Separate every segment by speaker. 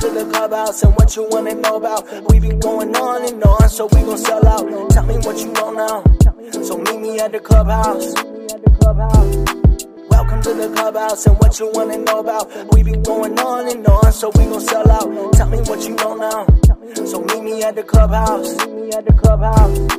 Speaker 1: to the clubhouse and what you wanna know about. We been going on and on, so we gon' sell out. Tell me what you know now. So meet me at the clubhouse. Welcome to the clubhouse and what you wanna know about. We been going on and on, so we gon' sell out. Tell me what you know now. So meet me at the clubhouse. Meet me at the clubhouse.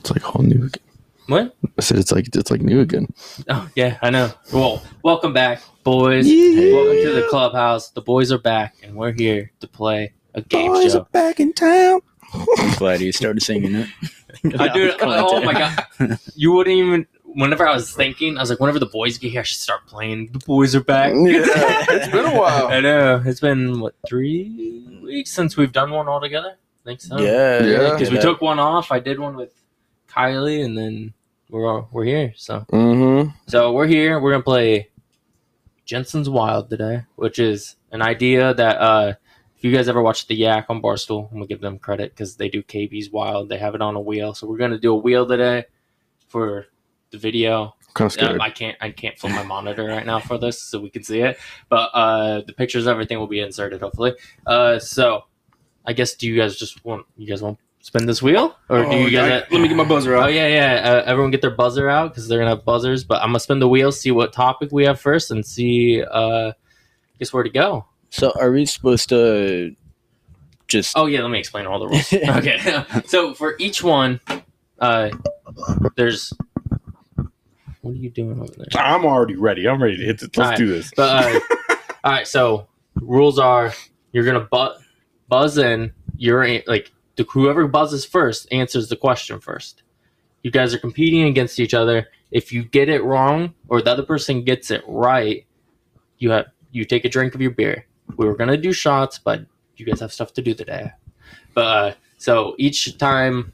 Speaker 2: It's like all new again.
Speaker 3: What?
Speaker 2: I said it's like it's like new again.
Speaker 3: Oh yeah, I know. Well, welcome back, boys.
Speaker 2: Yeah.
Speaker 3: Welcome to the clubhouse. The boys are back, and we're here to play a game show.
Speaker 2: back in town.
Speaker 4: I'm glad you started singing it.
Speaker 3: I do. Oh my god! You wouldn't even. Whenever I was thinking, I was like, whenever the boys get here, I should start playing. The boys are back.
Speaker 2: Yeah.
Speaker 4: It's been a
Speaker 3: I know. It's been what three weeks since we've done one all together. I think so.
Speaker 4: Yeah,
Speaker 2: Yeah.
Speaker 3: Because we took one off. I did one with Kylie, and then we're all, we're here. So
Speaker 2: Mm-hmm.
Speaker 3: so we're here. We're gonna play Jensen's Wild today, which is an idea that uh, if you guys ever watched The Yak on Barstool, I'm gonna give them credit because they do KB's Wild. They have it on a wheel. So we're gonna do a wheel today for the video.
Speaker 2: Kind of
Speaker 3: Um,
Speaker 2: scared.
Speaker 3: I can't I can't flip my monitor right now for this so we can see it. But uh the pictures and everything will be inserted hopefully. Uh so I guess do you guys just want you guys want to spin this wheel or do you guys
Speaker 5: let me get my buzzer
Speaker 3: Oh
Speaker 5: out.
Speaker 3: yeah, yeah. Uh, everyone get their buzzer out because they're gonna have buzzers. But I'm gonna spin the wheel, see what topic we have first, and see uh, guess where to go.
Speaker 4: So are we supposed to just?
Speaker 3: Oh yeah, let me explain all the rules. okay, so for each one, uh, there's what are you doing over there?
Speaker 5: I'm already ready. I'm ready to hit. The, let's
Speaker 3: Alright.
Speaker 5: do this.
Speaker 3: But uh, all right, so rules are you're gonna bu- buzz in. You're like the whoever buzzes first answers the question first. You guys are competing against each other. If you get it wrong, or the other person gets it right, you have you take a drink of your beer. We were gonna do shots, but you guys have stuff to do today. But uh, so each time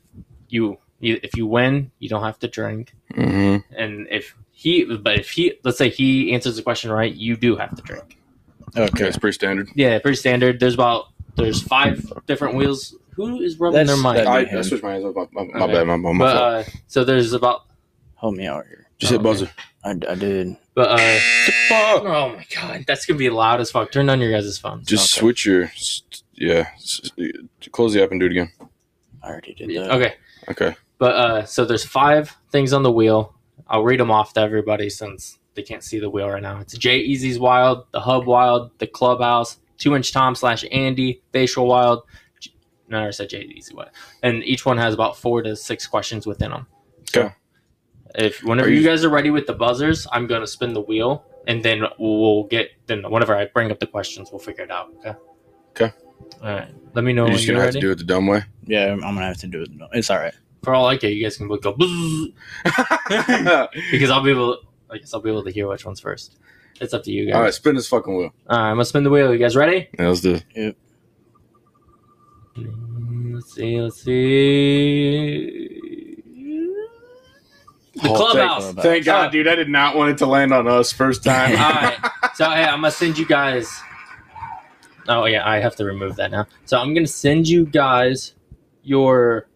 Speaker 3: you, you if you win, you don't have to drink
Speaker 5: Mm-hmm.
Speaker 2: hmm
Speaker 3: and if he but if he let's say he answers the question right you do have to drink
Speaker 2: Okay,
Speaker 4: Okay.
Speaker 2: it's pretty standard.
Speaker 3: yeah pretty standard there's about there's five different wheels who is rubbing
Speaker 4: That's-
Speaker 3: their mic
Speaker 4: that-
Speaker 5: I, I
Speaker 4: hand.
Speaker 5: switched my hands up. My, my, my
Speaker 3: Okay.
Speaker 5: bad. My, my, my
Speaker 3: but
Speaker 5: fault.
Speaker 3: uh, so there's about
Speaker 4: Help me out here.
Speaker 5: Just hit
Speaker 3: okay.
Speaker 5: buzzer.
Speaker 4: I, I did.
Speaker 3: but uh
Speaker 5: Fuck.
Speaker 3: oh my god that's gonna be loud as fuck turn on your guys' phones
Speaker 2: Just
Speaker 4: Okay.
Speaker 2: switch your s- yeah. s- Close the app and do it again.
Speaker 4: I already did that.
Speaker 3: okay
Speaker 2: Okay.
Speaker 3: but uh so there's five things on the wheel i'll read them off to everybody since they can't see the wheel right now it's jay easy's wild the hub wild the clubhouse two inch tom slash andy facial wild no, I said Jay Easy Way. And each one has about four to six questions within them.
Speaker 2: Okay.
Speaker 3: if whenever
Speaker 2: Are
Speaker 3: you,
Speaker 2: you-
Speaker 3: guys are ready with the buzzers, I'm gonna spin the wheel, and then we'll get. Then whenever I bring up the questions, we'll figure it out. Okay.
Speaker 2: Okay.
Speaker 3: All right. Let me know
Speaker 2: you're
Speaker 3: when
Speaker 2: just
Speaker 3: you're
Speaker 2: gonna have
Speaker 3: Oh, ready.
Speaker 2: to do it the dumb way.
Speaker 4: Yeah, I'm gonna have to do it. It's all right.
Speaker 3: For all I care, you guys can both go "Bzzz," because I'll be able. I guess I'll be able to hear which one's first. It's up to you guys.
Speaker 2: All right, spin this fucking wheel.
Speaker 3: All right, I'm gonna spin the wheel. You guys ready?
Speaker 2: Yeah, let's do it.
Speaker 3: Mm, Let's see. Let's see. The
Speaker 4: Oh, thank
Speaker 3: clubhouse.
Speaker 4: you.
Speaker 5: Thank God, dude. I did not want it to land on us first time. Uh,
Speaker 3: All right. So hey, I'm gonna send you guys. Oh yeah, I have to remove that now. So I'm gonna send you guys your.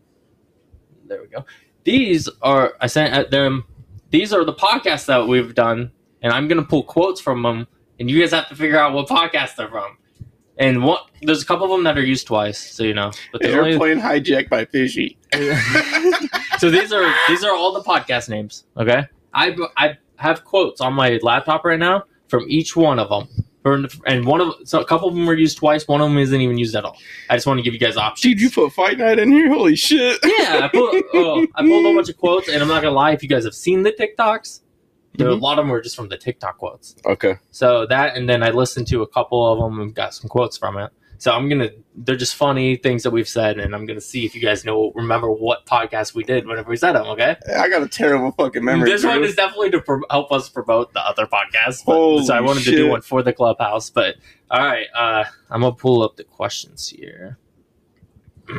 Speaker 3: There we go. These are I sent at them. These are the podcasts that we've done, and I'm gonna pull quotes from them, and you guys have to figure out what podcast they're from. And what there's a couple of them that are used twice, so you know. But there's only,
Speaker 5: Airplane hijacked by fishy.
Speaker 3: so these are these are all the podcast names. Okay, I I have quotes on my laptop right now from each one of them. From- And one of so a couple of them were used twice. One of them isn't even used at all. I just want to give you guys options.
Speaker 5: Dude, you put Fight Night in here? Holy shit.
Speaker 3: yeah, I pulled, oh, I pulled a bunch of quotes, and I'm not gonna lie. If you guys have seen the TikToks, there,
Speaker 5: Mm-hmm.
Speaker 3: a lot of them were just from the TikTok quotes.
Speaker 2: Okay.
Speaker 3: So that, and then I listened to a couple of them and got some quotes from it. So I'm gonna, they're just funny things that we've said, and I'm gonna see if you guys know, remember what podcast we did whenever we said them. Okay.
Speaker 5: I got a terrible fucking memory.
Speaker 3: This one
Speaker 5: dude.
Speaker 3: is definitely to pro- help us promote the other podcast. but-
Speaker 5: Holy
Speaker 3: so I wanted to do
Speaker 5: shit.
Speaker 3: one for the clubhouse. But all right, uh, I'm gonna pull up the questions here.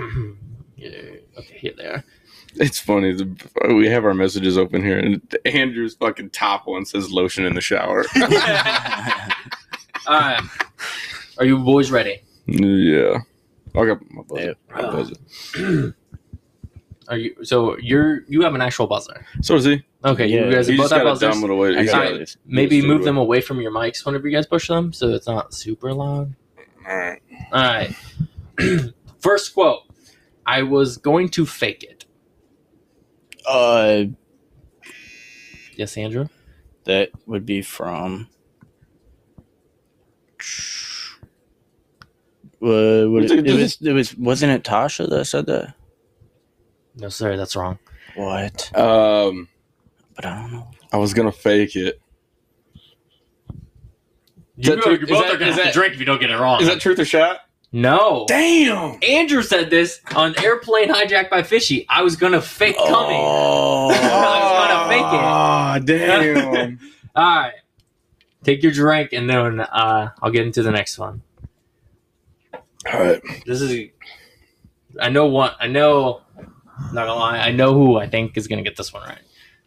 Speaker 3: Yeah, okay, here they are.
Speaker 5: It's funny. the- We have our messages open here, and Andrew's fucking top one says lotion in the shower.
Speaker 3: all right, are you boys ready?
Speaker 5: Yeah. I got my buzzer.
Speaker 4: Yep.
Speaker 5: My buzzer.
Speaker 3: Are you so you're you have an actual buzzer?
Speaker 5: So is he.
Speaker 3: Okay,
Speaker 4: Yeah,
Speaker 3: you guys
Speaker 5: He
Speaker 3: both
Speaker 5: just
Speaker 3: have
Speaker 5: got a
Speaker 3: buzzers.
Speaker 5: dumb little way.
Speaker 4: I
Speaker 5: He's
Speaker 4: got
Speaker 5: got
Speaker 4: it.
Speaker 3: Maybe
Speaker 5: Yes,
Speaker 3: move
Speaker 5: they
Speaker 3: them away from your mics whenever you guys push them, so it's not super loud.
Speaker 5: Alright.
Speaker 3: All right. First quote. I was going to fake it.
Speaker 4: Uh,
Speaker 3: Yes, Andrew.
Speaker 4: that would be from. Uh, would it, it was it was wasn't it Tasha that said that?
Speaker 3: No, sorry, that's wrong.
Speaker 4: What?
Speaker 5: Um,
Speaker 4: But I don't know.
Speaker 5: I was gonna fake it.
Speaker 3: You,
Speaker 5: Is that
Speaker 3: you
Speaker 5: true- is
Speaker 3: both
Speaker 5: that-
Speaker 3: are gonna
Speaker 5: is
Speaker 3: have to
Speaker 5: that-
Speaker 3: drink if you don't get it wrong.
Speaker 5: Is that truth or shot?
Speaker 3: no?
Speaker 5: Damn.
Speaker 3: Andrew said this on airplane hijacked by Fishy. I was gonna fake coming.
Speaker 5: Oh.
Speaker 3: I
Speaker 5: was gonna fake it. Ah, damn.
Speaker 3: All right. Take your drink, and then uh, I'll get into the next one.
Speaker 5: All right.
Speaker 3: This is. I know what I know. Not gonna lie, I know who I think is gonna get this one right.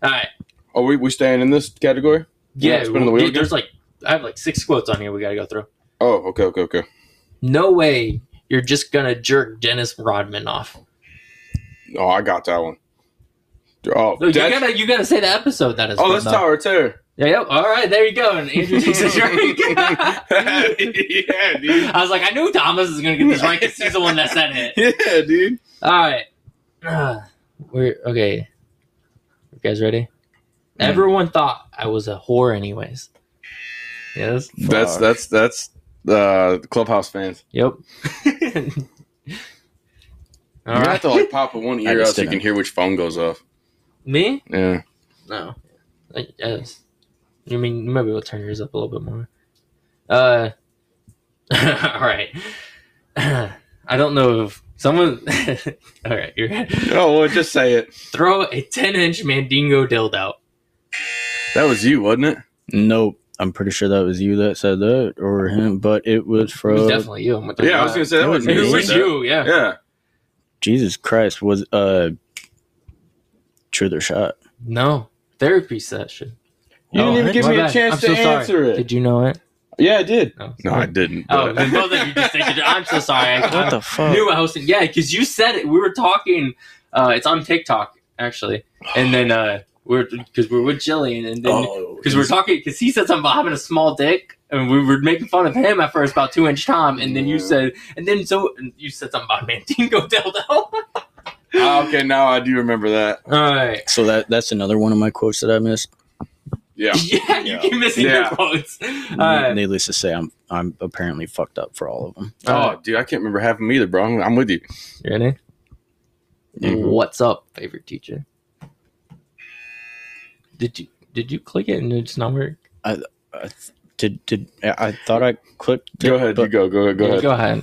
Speaker 3: All right.
Speaker 5: Are we we staying in this category? We're
Speaker 3: Yeah,
Speaker 5: not spinning the wheel
Speaker 3: dude, there's like I have like six quotes on here we gotta go through.
Speaker 5: Oh, okay, okay, okay.
Speaker 3: No way you're just gonna jerk Dennis Rodman off.
Speaker 5: Oh, I got that one. Oh,
Speaker 3: No, you
Speaker 5: that's-
Speaker 3: gotta you gotta say the episode that is.
Speaker 5: oh,
Speaker 3: from,
Speaker 5: that's
Speaker 3: though.
Speaker 5: Tower Terror.
Speaker 3: Yeah, yep. All right, there you go. And Andrew takes his drink.
Speaker 5: yeah, dude.
Speaker 3: I was like, I knew Thomas is gonna get this right because he's the one that said it.
Speaker 5: Yeah, dude.
Speaker 3: All right, Ah, we're okay. You guys ready? Everyone thought I was a whore, anyways. Yes.
Speaker 5: That's
Speaker 4: Fuck.
Speaker 5: that's that's uh, clubhouse fans.
Speaker 3: Yep. All
Speaker 5: You have
Speaker 3: right,
Speaker 5: to like pop in one
Speaker 4: I
Speaker 5: ear out
Speaker 4: just
Speaker 5: so you can
Speaker 4: didn't.
Speaker 5: hear which phone goes off.
Speaker 3: me.
Speaker 5: Yeah.
Speaker 3: No. I, I was- you mean maybe we'll turn yours up a little bit more. Uh, all right. I don't know if someone. all right, you're
Speaker 5: Oh, well, just say it.
Speaker 3: throw a ten-inch mandingo dildo.
Speaker 5: That was you, wasn't it?
Speaker 4: Nope. I'm pretty sure that was you that said that or him, but it was
Speaker 3: It was
Speaker 4: from
Speaker 3: definitely you. I'm with
Speaker 5: Yeah, I was gonna say that
Speaker 4: That
Speaker 5: was
Speaker 4: was
Speaker 5: me.
Speaker 4: me.
Speaker 3: It was
Speaker 5: That-
Speaker 3: you. Yeah.
Speaker 5: Yeah.
Speaker 4: Jesus Christ was uh Truth or Shot.
Speaker 3: No therapy session.
Speaker 5: You didn't
Speaker 4: Oh,
Speaker 5: even give
Speaker 3: My
Speaker 5: me
Speaker 3: bad.
Speaker 5: a chance
Speaker 3: I'm
Speaker 5: to
Speaker 3: so sorry.
Speaker 5: answer it.
Speaker 3: Did you know it?
Speaker 5: Yeah, I did.
Speaker 3: No,
Speaker 5: No, I didn't.
Speaker 3: Oh,
Speaker 5: but-
Speaker 3: then both of you just said you- I'm so sorry. Ah, I-
Speaker 4: What the fuck?
Speaker 3: New house. Yeah, because you said it. We were talking. Uh, it's on TikTok actually, and then uh, we're because we're with Jillian, and then because we're talking because he said something about having a small dick, and we were making fun of him at first about two inch Tom, and then you said, and then so and you said something about Mandingo dildo. All
Speaker 5: Ah, okay, now I do remember that.
Speaker 3: right.
Speaker 4: so that that's another one of my quotes that I missed.
Speaker 5: Yeah.
Speaker 3: Yeah, you
Speaker 4: Yeah.
Speaker 3: keep missing
Speaker 5: Yeah.
Speaker 3: your quotes. All right.
Speaker 4: Needless to say, I'm I'm apparently fucked up for all of them.
Speaker 5: Oh, dude, I can't remember half of them either, bro. I'm, I'm with you.
Speaker 3: You ready? Mm-hmm.
Speaker 5: Mhm.
Speaker 3: What's up, favorite teacher? Did you did you click it and it's not work?
Speaker 4: I th- did did I I thought I clicked?
Speaker 5: Go
Speaker 4: it,
Speaker 5: ahead.
Speaker 4: but
Speaker 5: you go. Go ahead. Go
Speaker 3: Yeah,
Speaker 5: ahead.
Speaker 3: Go ahead.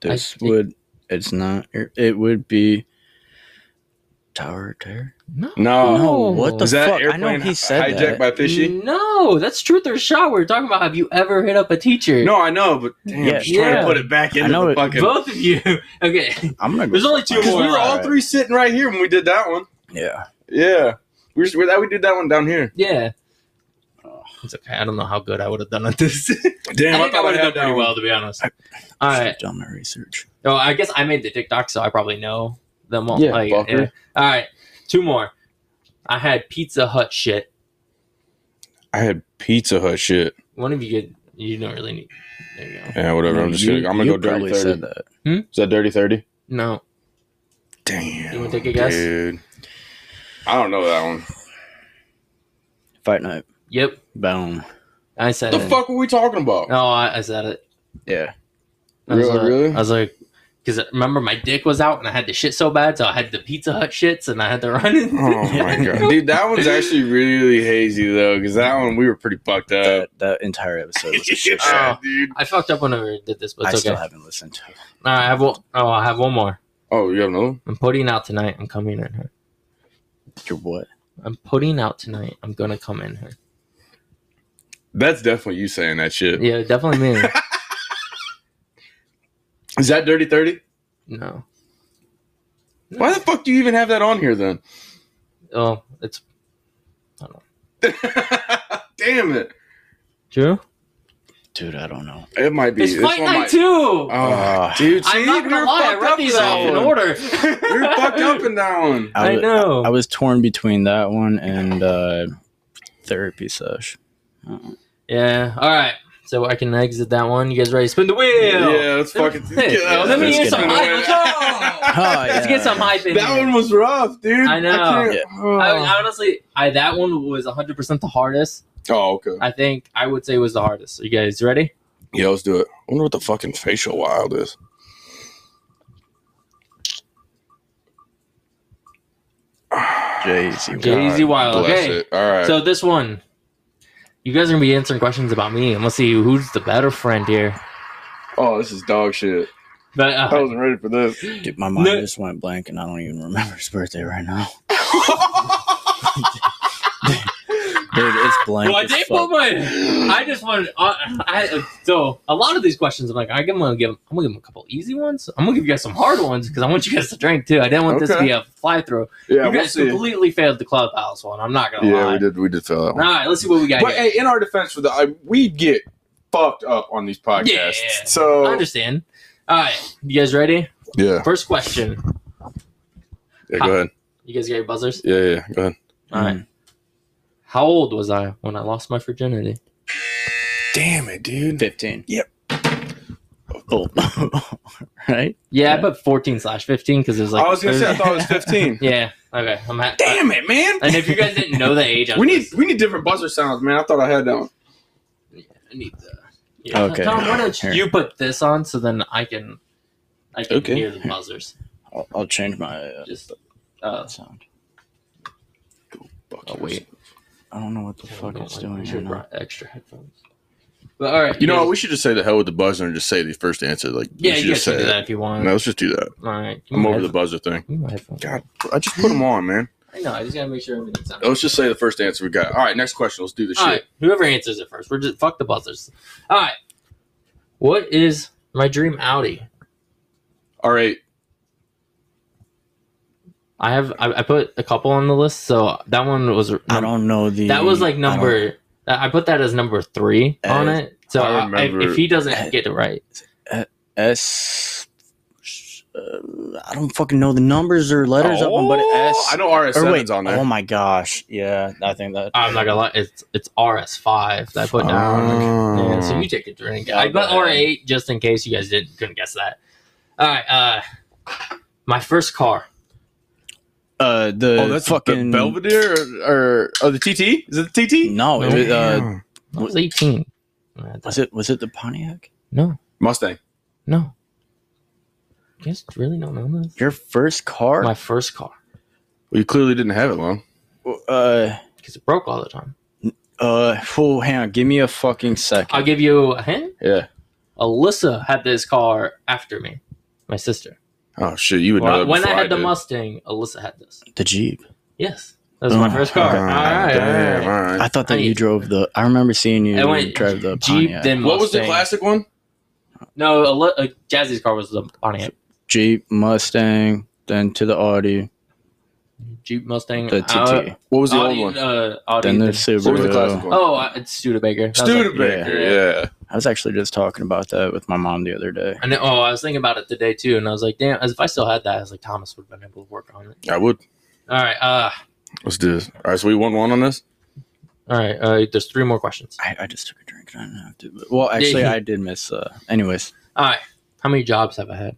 Speaker 4: This
Speaker 3: I-
Speaker 4: would it's not. It would be Tower of Terror.
Speaker 3: No.
Speaker 5: No.
Speaker 4: no, what the
Speaker 5: Oh. Is that
Speaker 4: fuck? I
Speaker 5: airplane
Speaker 4: know he said
Speaker 5: hijacked
Speaker 4: that.
Speaker 5: by fishy?
Speaker 3: No, that's truth or shot. We're talking about have you ever hit up a teacher?
Speaker 5: No, I know, but damn,
Speaker 4: Yeah.
Speaker 5: just trying
Speaker 3: Yeah.
Speaker 5: to put it back into
Speaker 4: know
Speaker 5: the
Speaker 4: it.
Speaker 5: fucking.
Speaker 3: Both of you. Okay.
Speaker 4: I'm gonna. go
Speaker 3: There's only
Speaker 4: fuck
Speaker 3: two
Speaker 5: Because
Speaker 4: myself.
Speaker 5: we
Speaker 3: more.
Speaker 5: were all three sitting right here when we did that one.
Speaker 4: Yeah.
Speaker 5: Yeah. We were, that we did that one down here.
Speaker 3: Yeah. It's okay. I don't know how good I would have done at this.
Speaker 5: Damn,
Speaker 3: I think I
Speaker 5: thought
Speaker 3: would have
Speaker 5: had
Speaker 3: done
Speaker 5: that
Speaker 3: pretty
Speaker 5: one.
Speaker 3: well, to be honest.
Speaker 4: I-
Speaker 3: All right.
Speaker 4: Should've Done my research.
Speaker 3: Oh, I guess I made the TikTok, so I probably know them all.
Speaker 5: Yeah,
Speaker 3: like,
Speaker 5: fucker.
Speaker 3: yeah. All right, two more. I had Pizza Hut shit.
Speaker 5: I had Pizza Hut shit.
Speaker 3: One of you get. You don't really need. There you go.
Speaker 5: Yeah, whatever. I'm just
Speaker 4: You-
Speaker 5: gonna. I'm gonna
Speaker 4: you
Speaker 5: go dirty
Speaker 4: probably
Speaker 5: thirty.
Speaker 4: said
Speaker 5: Is
Speaker 4: that.
Speaker 5: that dirty thirty?
Speaker 3: No.
Speaker 5: Damn.
Speaker 3: You wanna take a guess?
Speaker 5: Dude. I don't know that one.
Speaker 4: Fight night.
Speaker 3: Yep.
Speaker 4: Boom.
Speaker 3: I said
Speaker 5: The
Speaker 3: it.
Speaker 5: fuck were we talking about?
Speaker 3: No, I, I said it.
Speaker 4: Yeah.
Speaker 3: I was
Speaker 5: Really,
Speaker 3: like-
Speaker 5: really?
Speaker 3: I was like, because remember my dick was out and I had the shit so bad, so I had the Pizza Hut shits and I had to run. In.
Speaker 5: Oh my god, dude, that one's actually really hazy though, because that one we were pretty fucked up. Ah.
Speaker 4: That, that entire episode was a shit show.
Speaker 5: yeah, dude.
Speaker 3: I fucked up whenever I did this, but
Speaker 4: I
Speaker 3: it's
Speaker 4: still
Speaker 3: okay.
Speaker 4: haven't listened to. it.
Speaker 3: All right, I have one. Oh, I have one more.
Speaker 5: Oh, you have another? one?
Speaker 3: I'm putting out tonight. I'm coming in here.
Speaker 4: Your what?
Speaker 3: I'm putting out tonight. I'm gonna come in here.
Speaker 5: That's definitely you saying that shit.
Speaker 3: Yeah, definitely me.
Speaker 5: Is that Dirty Thirty?
Speaker 3: No.
Speaker 5: Why the fuck do you even have that on here then?
Speaker 3: Oh, it's
Speaker 5: Damn it!
Speaker 3: true.
Speaker 4: dude, I don't know.
Speaker 5: It might be.
Speaker 3: It's
Speaker 5: this
Speaker 3: Fight
Speaker 5: one
Speaker 3: Night
Speaker 5: might-
Speaker 3: too.
Speaker 5: Oh, dude, see,
Speaker 3: I'm not
Speaker 5: we were
Speaker 3: gonna lie, I
Speaker 5: fucked
Speaker 3: read
Speaker 5: up
Speaker 3: these
Speaker 5: with
Speaker 3: off
Speaker 5: that
Speaker 3: in
Speaker 5: one.
Speaker 3: order.
Speaker 5: We were fucked up in that one.
Speaker 3: I
Speaker 4: wa-
Speaker 3: know.
Speaker 4: I was torn between that one and uh, therapy sesh.
Speaker 3: yeah. All right. So I can exit that one. You guys ready? to Spin the wheel.
Speaker 5: Yeah, let's fucking.
Speaker 3: Hey,
Speaker 5: Yeah,
Speaker 3: Let me
Speaker 4: let's
Speaker 3: hear
Speaker 4: get
Speaker 3: some
Speaker 4: it.
Speaker 3: hype. Let's go.
Speaker 4: Oh,
Speaker 3: Let's get some hype in
Speaker 5: That
Speaker 3: here.
Speaker 5: one was rough, dude.
Speaker 3: I know.
Speaker 5: can't-
Speaker 4: Yeah.
Speaker 5: oh.
Speaker 3: I, I honestly, I that one was 100 percent the hardest.
Speaker 5: Oh, okay.
Speaker 3: I think I would say was the hardest. You guys ready?
Speaker 5: Yeah, let's do it. I wonder what the fucking facial wild is.
Speaker 4: Jay Z.
Speaker 3: Jay Z Wild.
Speaker 5: Bless
Speaker 3: Okay.
Speaker 5: it. All right.
Speaker 3: So this one, you guys are gonna be answering questions about me, and we'll see who's the better friend here.
Speaker 5: oh, this is dog shit.
Speaker 3: But uh,
Speaker 5: I wasn't ready for this.
Speaker 4: Dude, my mind
Speaker 3: No.
Speaker 4: just went blank, and I don't even remember his birthday right now. Dude, it's blank.
Speaker 3: Well, I
Speaker 4: as
Speaker 3: did
Speaker 4: fuck.
Speaker 3: put my. I just wanted. Uh, I so a lot of these questions. I'm like, I'm gonna give. I'm gonna give them a couple easy ones. I'm gonna give you guys some hard ones because I want you guys to drink too. I didn't want this to
Speaker 5: Okay.
Speaker 3: be a fly through.
Speaker 5: Yeah,
Speaker 3: you
Speaker 5: we'll
Speaker 3: guys
Speaker 5: see.
Speaker 3: completely failed the clubhouse one. I'm not gonna
Speaker 5: Yeah,
Speaker 3: lie.
Speaker 5: we did. We did fail that
Speaker 3: All
Speaker 5: one.
Speaker 3: right, let's see what we got.
Speaker 5: But
Speaker 3: here.
Speaker 5: hey, in our defense, for the I, we get fucked up on these podcasts.
Speaker 3: Yeah. I
Speaker 5: So
Speaker 3: understand. All right, you guys ready?
Speaker 5: yeah.
Speaker 3: First question.
Speaker 5: yeah, go ahead.
Speaker 3: You guys got your buzzers.
Speaker 5: Yeah, yeah, go ahead.
Speaker 3: All
Speaker 4: Mm.
Speaker 3: right. How old was I when I lost my virginity?
Speaker 5: Damn it, dude.
Speaker 4: Fifteen.
Speaker 5: Yep.
Speaker 4: Oh. right.
Speaker 3: Yeah,
Speaker 4: Yeah.
Speaker 3: I put 14 slash 15 because it was like.
Speaker 5: I was gonna say I
Speaker 3: Thursday.
Speaker 5: thought it was fifteen.
Speaker 3: Yeah. Okay. I'm at.
Speaker 5: Damn it, man.
Speaker 3: And if you guys didn't know the age, I'm
Speaker 5: we need we need different buzzer sounds, man. I thought I had that one.
Speaker 3: I need the. Yeah.
Speaker 4: Okay.
Speaker 3: Tom, why don't
Speaker 4: Here.
Speaker 3: you put this on so then I can, I can
Speaker 4: Okay.
Speaker 3: hear the buzzers.
Speaker 4: I'll, I'll change my uh,
Speaker 3: Just uh,
Speaker 4: sound.
Speaker 5: Fuck
Speaker 3: oh, wait.
Speaker 4: I don't know what the fuck
Speaker 3: Don't
Speaker 4: it's
Speaker 3: like-
Speaker 4: doing.
Speaker 3: we
Speaker 4: right
Speaker 3: should
Speaker 4: now.
Speaker 3: brought extra headphones. But all right,
Speaker 5: You know
Speaker 3: guys-
Speaker 5: what? We should just say the hell with the buzzer and just say the first answer. Like,
Speaker 3: yeah,
Speaker 5: should
Speaker 3: you guys
Speaker 5: just
Speaker 3: can
Speaker 5: say
Speaker 3: do
Speaker 5: it.
Speaker 3: that if you want.
Speaker 5: No, let's just do that.
Speaker 3: All right,
Speaker 5: I'm over the buzzer thing.
Speaker 3: headphones.
Speaker 5: God, I just put them on, man.
Speaker 3: I know. I just gotta make sure everything's
Speaker 4: Oh,
Speaker 3: on.
Speaker 5: Let's just say the first answer we got. All right, next question. Let's do the shit.
Speaker 3: All right, whoever answers it first, we're just fuck the buzzers. All right, what is my dream Audi?
Speaker 5: All right.
Speaker 3: I have I, I put a couple on the list, so that one was
Speaker 4: I don't know
Speaker 3: Um,
Speaker 4: the. um,
Speaker 3: That was like
Speaker 4: I don't-
Speaker 3: number. I, I put that as number three
Speaker 4: Uh,
Speaker 3: on it. So
Speaker 5: I
Speaker 3: I
Speaker 5: remember-
Speaker 3: if, if he doesn't get it right,
Speaker 4: S. Uh, I don't fucking know the numbers or letters of them, but
Speaker 3: Oh,
Speaker 4: S.
Speaker 5: Oh, I know RS
Speaker 4: or
Speaker 5: seven's
Speaker 4: wait,
Speaker 5: on there.
Speaker 4: oh my gosh, yeah, I think that.
Speaker 3: I'm not gonna lie. It's it's RS five that I put down.
Speaker 4: Oh.
Speaker 3: Yeah, so you take a drink. I put R eight just in case you guys didn't couldn't guess that. All right. Uh, my first car.
Speaker 4: Uh, the
Speaker 5: oh, that's fucking
Speaker 4: fucking
Speaker 5: Belvedere or, or oh the TT? Is it the TT?
Speaker 4: No, it
Speaker 3: Oh,
Speaker 4: was, uh,
Speaker 3: I was 18.
Speaker 4: was it was it the Pontiac?
Speaker 3: No,
Speaker 5: Mustang.
Speaker 3: no. You guys really don't know this.
Speaker 4: Your first car?
Speaker 3: My first car
Speaker 5: Well, you clearly didn't have it long.
Speaker 4: uh,
Speaker 3: because it broke all the time.
Speaker 4: uh, oh, hang on, give me a fucking second.
Speaker 3: I'll give you a hint.
Speaker 5: Yeah.
Speaker 3: Alyssa had this car after me, my sister.
Speaker 5: Oh shit, you would know.
Speaker 3: Well,
Speaker 5: that
Speaker 3: when I
Speaker 5: before
Speaker 3: had the
Speaker 5: did.
Speaker 3: Mustang, Alyssa had this.
Speaker 4: the Jeep.
Speaker 3: Yes, that was my
Speaker 4: Oh,
Speaker 3: first car.
Speaker 5: Oh,
Speaker 3: all right,
Speaker 5: damn,
Speaker 3: all right.
Speaker 5: all right.
Speaker 4: I thought that
Speaker 3: I-
Speaker 4: you drove the. I remember seeing you
Speaker 3: I went
Speaker 4: drive the
Speaker 3: Jeep,
Speaker 4: Pontiac.
Speaker 3: then
Speaker 5: What was the
Speaker 3: Mustang.
Speaker 5: classic one?
Speaker 3: No, Al- uh, Jazzy's car was the Pontiac.
Speaker 4: Jeep, Mustang, then to the Audi,
Speaker 3: Jeep Mustang.
Speaker 4: the TT,
Speaker 3: uh,
Speaker 5: What was the
Speaker 3: Audi,
Speaker 5: old one?
Speaker 3: Uh, Audi.
Speaker 4: then the
Speaker 3: the-
Speaker 4: Subaru.
Speaker 5: What was the classic one?
Speaker 3: oh, uh, it's Studebaker. That was like-
Speaker 5: Studebaker,
Speaker 3: Yeah.
Speaker 5: yeah.
Speaker 4: I was actually just talking about that with my mom the other day.
Speaker 3: I know, oh, I was thinking about it today too, and I was like, damn, as if I still had that, I was like, Thomas would have been able to work on it.
Speaker 5: I would.
Speaker 3: All right, uh,
Speaker 5: Let's do this. All right, so we won one on this.
Speaker 3: all right. Uh, there's three more questions.
Speaker 4: I, I just took a drink and I didn't have to. But, well, actually, I did miss. Uh, anyways,
Speaker 3: All right, how many jobs have I had?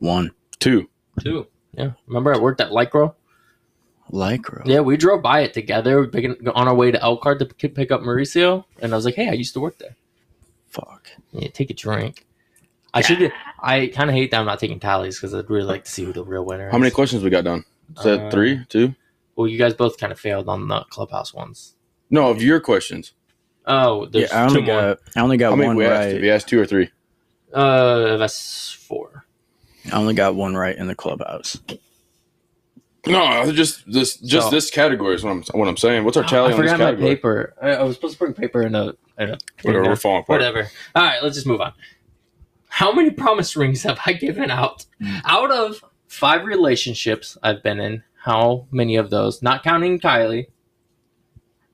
Speaker 4: one
Speaker 5: Two.
Speaker 3: Two. Yeah, remember I worked at Lycra.
Speaker 4: lycra.
Speaker 3: Yeah, we drove by it together we were picking, on our way to Elkhart to pick pick up Mauricio, and I was like, "Hey, I used to work there.
Speaker 4: Fuck.
Speaker 3: Yeah, take a drink." I should. I kind of hate that I'm not taking tallies because I'd really like to see who the real winner is.
Speaker 5: How many questions we got done? Is that
Speaker 3: Uh,
Speaker 5: three, two?
Speaker 3: Well, you guys both kind of failed on the clubhouse ones.
Speaker 5: No, of your questions.
Speaker 3: Oh, there's
Speaker 4: yeah, I only
Speaker 3: two
Speaker 4: got.
Speaker 3: more.
Speaker 4: I only got
Speaker 5: How many
Speaker 4: one
Speaker 5: we asked?
Speaker 4: right.
Speaker 5: We asked two or three.
Speaker 3: Uh, that's four.
Speaker 4: I only got one right in the clubhouse.
Speaker 5: No, just this, just
Speaker 3: So-
Speaker 5: this category is what I'm, what I'm saying. What's our tally
Speaker 3: I
Speaker 5: on this
Speaker 3: forgot my
Speaker 5: category?
Speaker 3: paper. I, I was supposed to bring paper in a. In a
Speaker 5: Whatever, we're falling apart.
Speaker 3: Whatever. All right, let's just move on. How many promise rings have I given out? Out of five relationships I've been in, how many of those, not counting Kylie,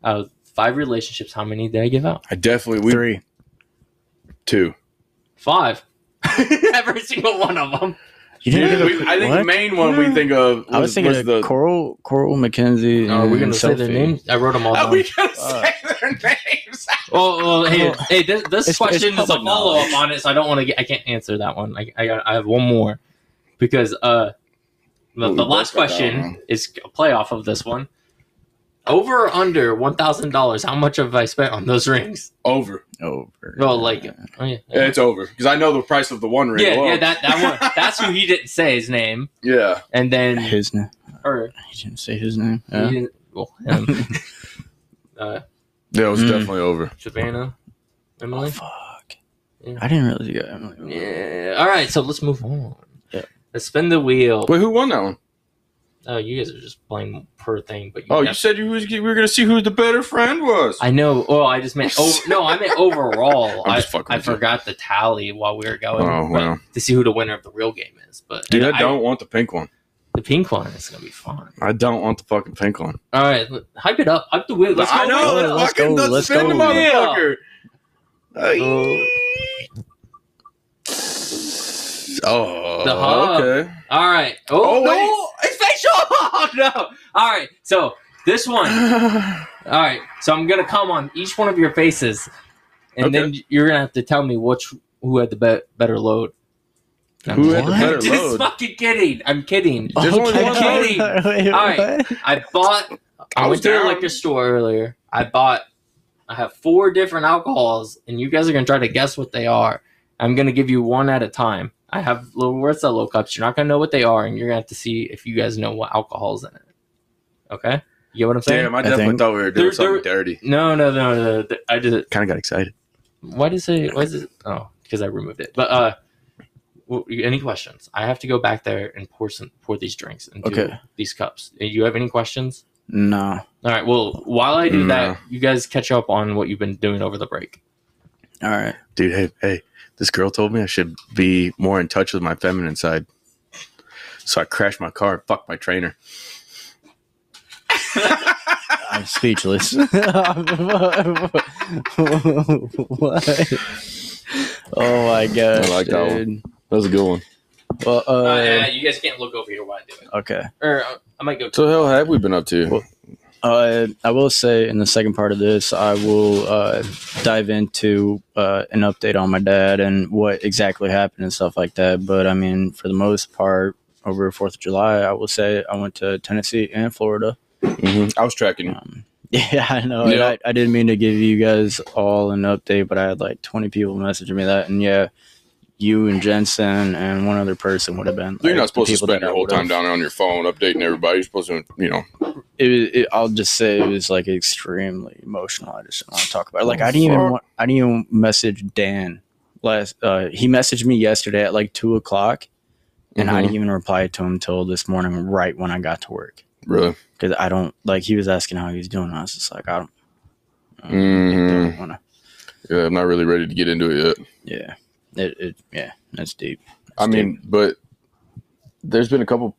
Speaker 3: out of five relationships, how many did I give out?
Speaker 5: I definitely we
Speaker 4: Three.
Speaker 2: Two.
Speaker 3: Five. Every single one of them.
Speaker 4: You
Speaker 5: Dude,
Speaker 4: didn't
Speaker 5: we-
Speaker 4: get a-
Speaker 5: I think the
Speaker 4: what?
Speaker 5: main one we think of
Speaker 4: I was
Speaker 5: was,
Speaker 4: thinking
Speaker 5: was
Speaker 4: of
Speaker 5: the.
Speaker 4: Coral, Coral McKenzie.
Speaker 3: Are we
Speaker 4: and
Speaker 3: gonna say their
Speaker 4: Sophie.
Speaker 3: names? I wrote them all
Speaker 5: Oh,
Speaker 3: down.
Speaker 5: we gotta
Speaker 4: Uh,
Speaker 5: say their names.
Speaker 3: Oh, well, hey, hey, this, this
Speaker 4: It's-
Speaker 3: question
Speaker 4: it's
Speaker 3: is a
Speaker 4: public
Speaker 3: follow
Speaker 4: knowledge.
Speaker 3: up on it, so I don't want to get. I can't answer that one. I I, got- I have one more because uh, the,
Speaker 5: Well, we
Speaker 3: the
Speaker 5: both
Speaker 3: last
Speaker 5: got that
Speaker 3: question
Speaker 5: one.
Speaker 3: is a playoff of this one. Over or under one thousand dollars? How much have I spent on those rings?
Speaker 5: Over.
Speaker 4: Over.
Speaker 3: No, like, oh, yeah,
Speaker 5: Yeah,
Speaker 3: yeah,
Speaker 5: It's over because I know the price of the one ring.
Speaker 3: yeah,
Speaker 5: alone.
Speaker 3: that that one. That's who he didn't say his name,
Speaker 5: yeah.
Speaker 3: and then
Speaker 4: his name.
Speaker 3: her.
Speaker 4: He didn't say his name.
Speaker 3: he
Speaker 4: Yeah.
Speaker 3: didn't- well, um, uh,
Speaker 2: Yeah, it was
Speaker 4: Mm.
Speaker 2: definitely over.
Speaker 3: Savannah, Emily.
Speaker 4: Fuck.
Speaker 3: Yeah.
Speaker 4: I didn't really get Emily.
Speaker 3: Yeah. All right, so let's move on.
Speaker 4: Yeah.
Speaker 3: Let's spin the wheel.
Speaker 5: Wait, who won that one?
Speaker 3: Oh, you guys are just playing per thing, but you
Speaker 5: Oh, you
Speaker 3: got-
Speaker 5: said you was, we were gonna see who the better friend was.
Speaker 3: I know. Oh, I just meant. Oh, no, I meant overall.
Speaker 2: I'm
Speaker 3: I,
Speaker 2: just fucking
Speaker 3: I
Speaker 2: with you.
Speaker 3: forgot the tally while we were going
Speaker 2: Oh,
Speaker 3: but-
Speaker 2: wow.
Speaker 3: to see who the winner of the real game is. But
Speaker 5: Dude, I,
Speaker 3: I-
Speaker 5: don't want the pink one.
Speaker 3: the pink one is gonna be fun.
Speaker 5: I don't want the fucking pink one.
Speaker 3: All right, l- hype it up. Hype the wheel. Let's go.
Speaker 5: I know.
Speaker 4: Let's
Speaker 5: Let's
Speaker 4: go,
Speaker 5: fucking let's
Speaker 4: let's
Speaker 5: spin
Speaker 4: go.
Speaker 5: the motherfucker. Oh,
Speaker 3: The hub.
Speaker 5: okay.
Speaker 3: All right. Oh,
Speaker 5: Oh,
Speaker 3: no,
Speaker 5: wait.
Speaker 3: it's facial. Oh, no. All right. So this one. All right. So I'm gonna come on each one of your faces, and then you're gonna have to tell me which who had the be- better load.
Speaker 5: Who had the
Speaker 4: What?
Speaker 5: better
Speaker 3: I'm just
Speaker 5: load?
Speaker 3: fucking kidding. I'm kidding.
Speaker 5: There's only
Speaker 4: Okay.
Speaker 5: one
Speaker 3: kidding.
Speaker 4: Wait, wait,
Speaker 3: All right.
Speaker 4: what?
Speaker 3: I bought. I,
Speaker 5: I was
Speaker 3: went to the
Speaker 5: down.
Speaker 3: liquor store earlier. I bought. I have four different alcohols, and you guys are gonna try to guess what they are. I'm gonna give you one at a time. I have little words that little cups. You're not gonna know what they are, and you're gonna have to see if you guys know what alcohol's in it. Okay, you get what I'm saying?
Speaker 5: Damn, I
Speaker 4: I
Speaker 5: definitely
Speaker 4: think-
Speaker 5: thought we were doing
Speaker 3: There-
Speaker 5: something
Speaker 3: there-
Speaker 5: dirty.
Speaker 3: No, no, no, no. th- I just
Speaker 4: Kind of got excited.
Speaker 3: why does it? Why is it? Oh, because I removed it. But uh, w- any questions? I have to go back there and pour some pour these drinks into
Speaker 4: Okay.
Speaker 3: these cups. Do you have any questions?
Speaker 4: No.
Speaker 3: All right. Well, while I do
Speaker 5: No.
Speaker 3: that, you guys catch up on what you've been doing over the break.
Speaker 4: All right.
Speaker 5: Dude, hey, hey, this girl told me I should be more in touch with my feminine side. So I crashed my car and fucked my trainer.
Speaker 4: I'm speechless. what? Oh my god.
Speaker 5: I like that one. That was a good one.
Speaker 4: Well, uh,
Speaker 3: Oh, you guys can't look over here while I do it.
Speaker 4: okay.
Speaker 3: Or uh, I might go.
Speaker 2: So the hell have we been up to?
Speaker 4: Well- Uh, I will say in the second part of this, I will uh, dive into uh, an update on my dad and what exactly happened and stuff like that. But I mean, for the most part, over Fourth of July, I will say I went to Tennessee and Florida.
Speaker 5: Mhm. I was tracking you.
Speaker 4: Um, yeah, I know. and
Speaker 5: Yeah.
Speaker 4: I, I didn't mean to give you guys all an update, but I had like 20 people messaging me that. And yeah, you and Jensen and one other person would have been.
Speaker 2: You're
Speaker 4: like, the
Speaker 2: not supposed to
Speaker 4: people that
Speaker 2: spend your
Speaker 4: I
Speaker 2: whole
Speaker 4: would've-
Speaker 2: time down there on your phone updating everybody. You're supposed to, you know.
Speaker 4: It, was- it, I'll just say it was like extremely emotional. I just didn't want to talk about it.
Speaker 2: Oh,
Speaker 4: Like, I didn't even want, I didn't even message Dan last. Uh, he messaged me yesterday at like two o'clock, and I
Speaker 2: Mhm.
Speaker 4: didn't even reply to him till this morning, right when I got to work.
Speaker 2: Really?
Speaker 4: Because I don't like, he was asking how he was doing. I was just like, I don't, I
Speaker 2: Mhm.
Speaker 4: don't want to.
Speaker 2: Yeah, I'm not really ready to get into it yet.
Speaker 4: Yeah. It, it yeah, that's deep.
Speaker 2: I
Speaker 4: That's
Speaker 2: mean, but there's been a couple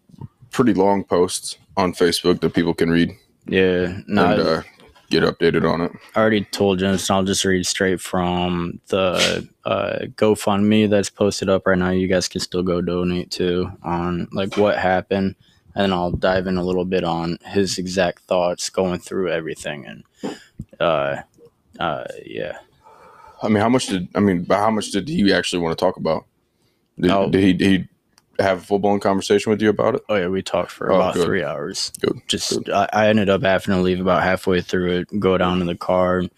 Speaker 2: pretty long posts on Facebook that people can read
Speaker 4: deep. yeah. No,
Speaker 2: and
Speaker 4: I-
Speaker 2: uh, get updated on it.
Speaker 4: I already told Jensen. I'll just read straight from the uh, GoFundMe that's posted up right now. You guys can still go donate to on like what happened, and then I'll dive in a little bit on his exact thoughts going through everything and uh, uh, yeah.
Speaker 2: I mean, how much did I mean? How much did he actually want to talk about? Did,
Speaker 4: Oh.
Speaker 2: did he, did he have a full blown conversation with you about it?
Speaker 4: Oh yeah, we talked for
Speaker 2: Oh,
Speaker 4: about
Speaker 2: good.
Speaker 4: three hours.
Speaker 2: Good,
Speaker 4: Just I, I ended up having to leave about halfway through it, go down to the car, and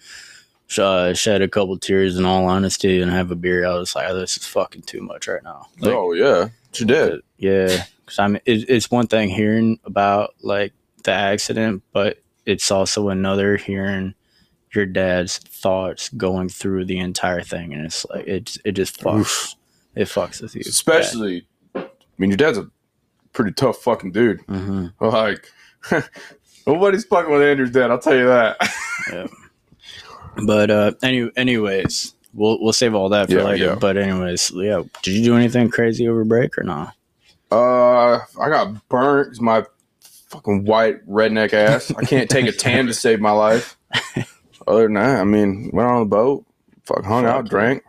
Speaker 4: sh- uh, shed a couple tears in all honesty, and have a beer. I was like, oh, this is fucking too much right now. Like, uh,
Speaker 2: oh yeah, she did.
Speaker 4: yeah, because I mean, it, it's one thing hearing about like the accident, but it's also another hearing your dad's thoughts going through the entire thing, and it's like it it just fucks. It fucks with you,
Speaker 2: Especially, I mean, your dad's a pretty tough fucking dude.
Speaker 4: hmm
Speaker 2: Like, nobody's fucking with Andrew's dad. I'll tell you that.
Speaker 4: But uh, any, anyways, we'll we'll save all that for
Speaker 2: Yeah,
Speaker 4: later.
Speaker 2: yeah.
Speaker 4: But anyways, yeah, did you do anything crazy over break or not?
Speaker 2: Uh, I got burnt. 'cause My fucking white redneck ass. I can't take a tan to save my life. Other than that, I mean, went on the boat, fuck, hung out,
Speaker 4: Fuck.
Speaker 2: drank,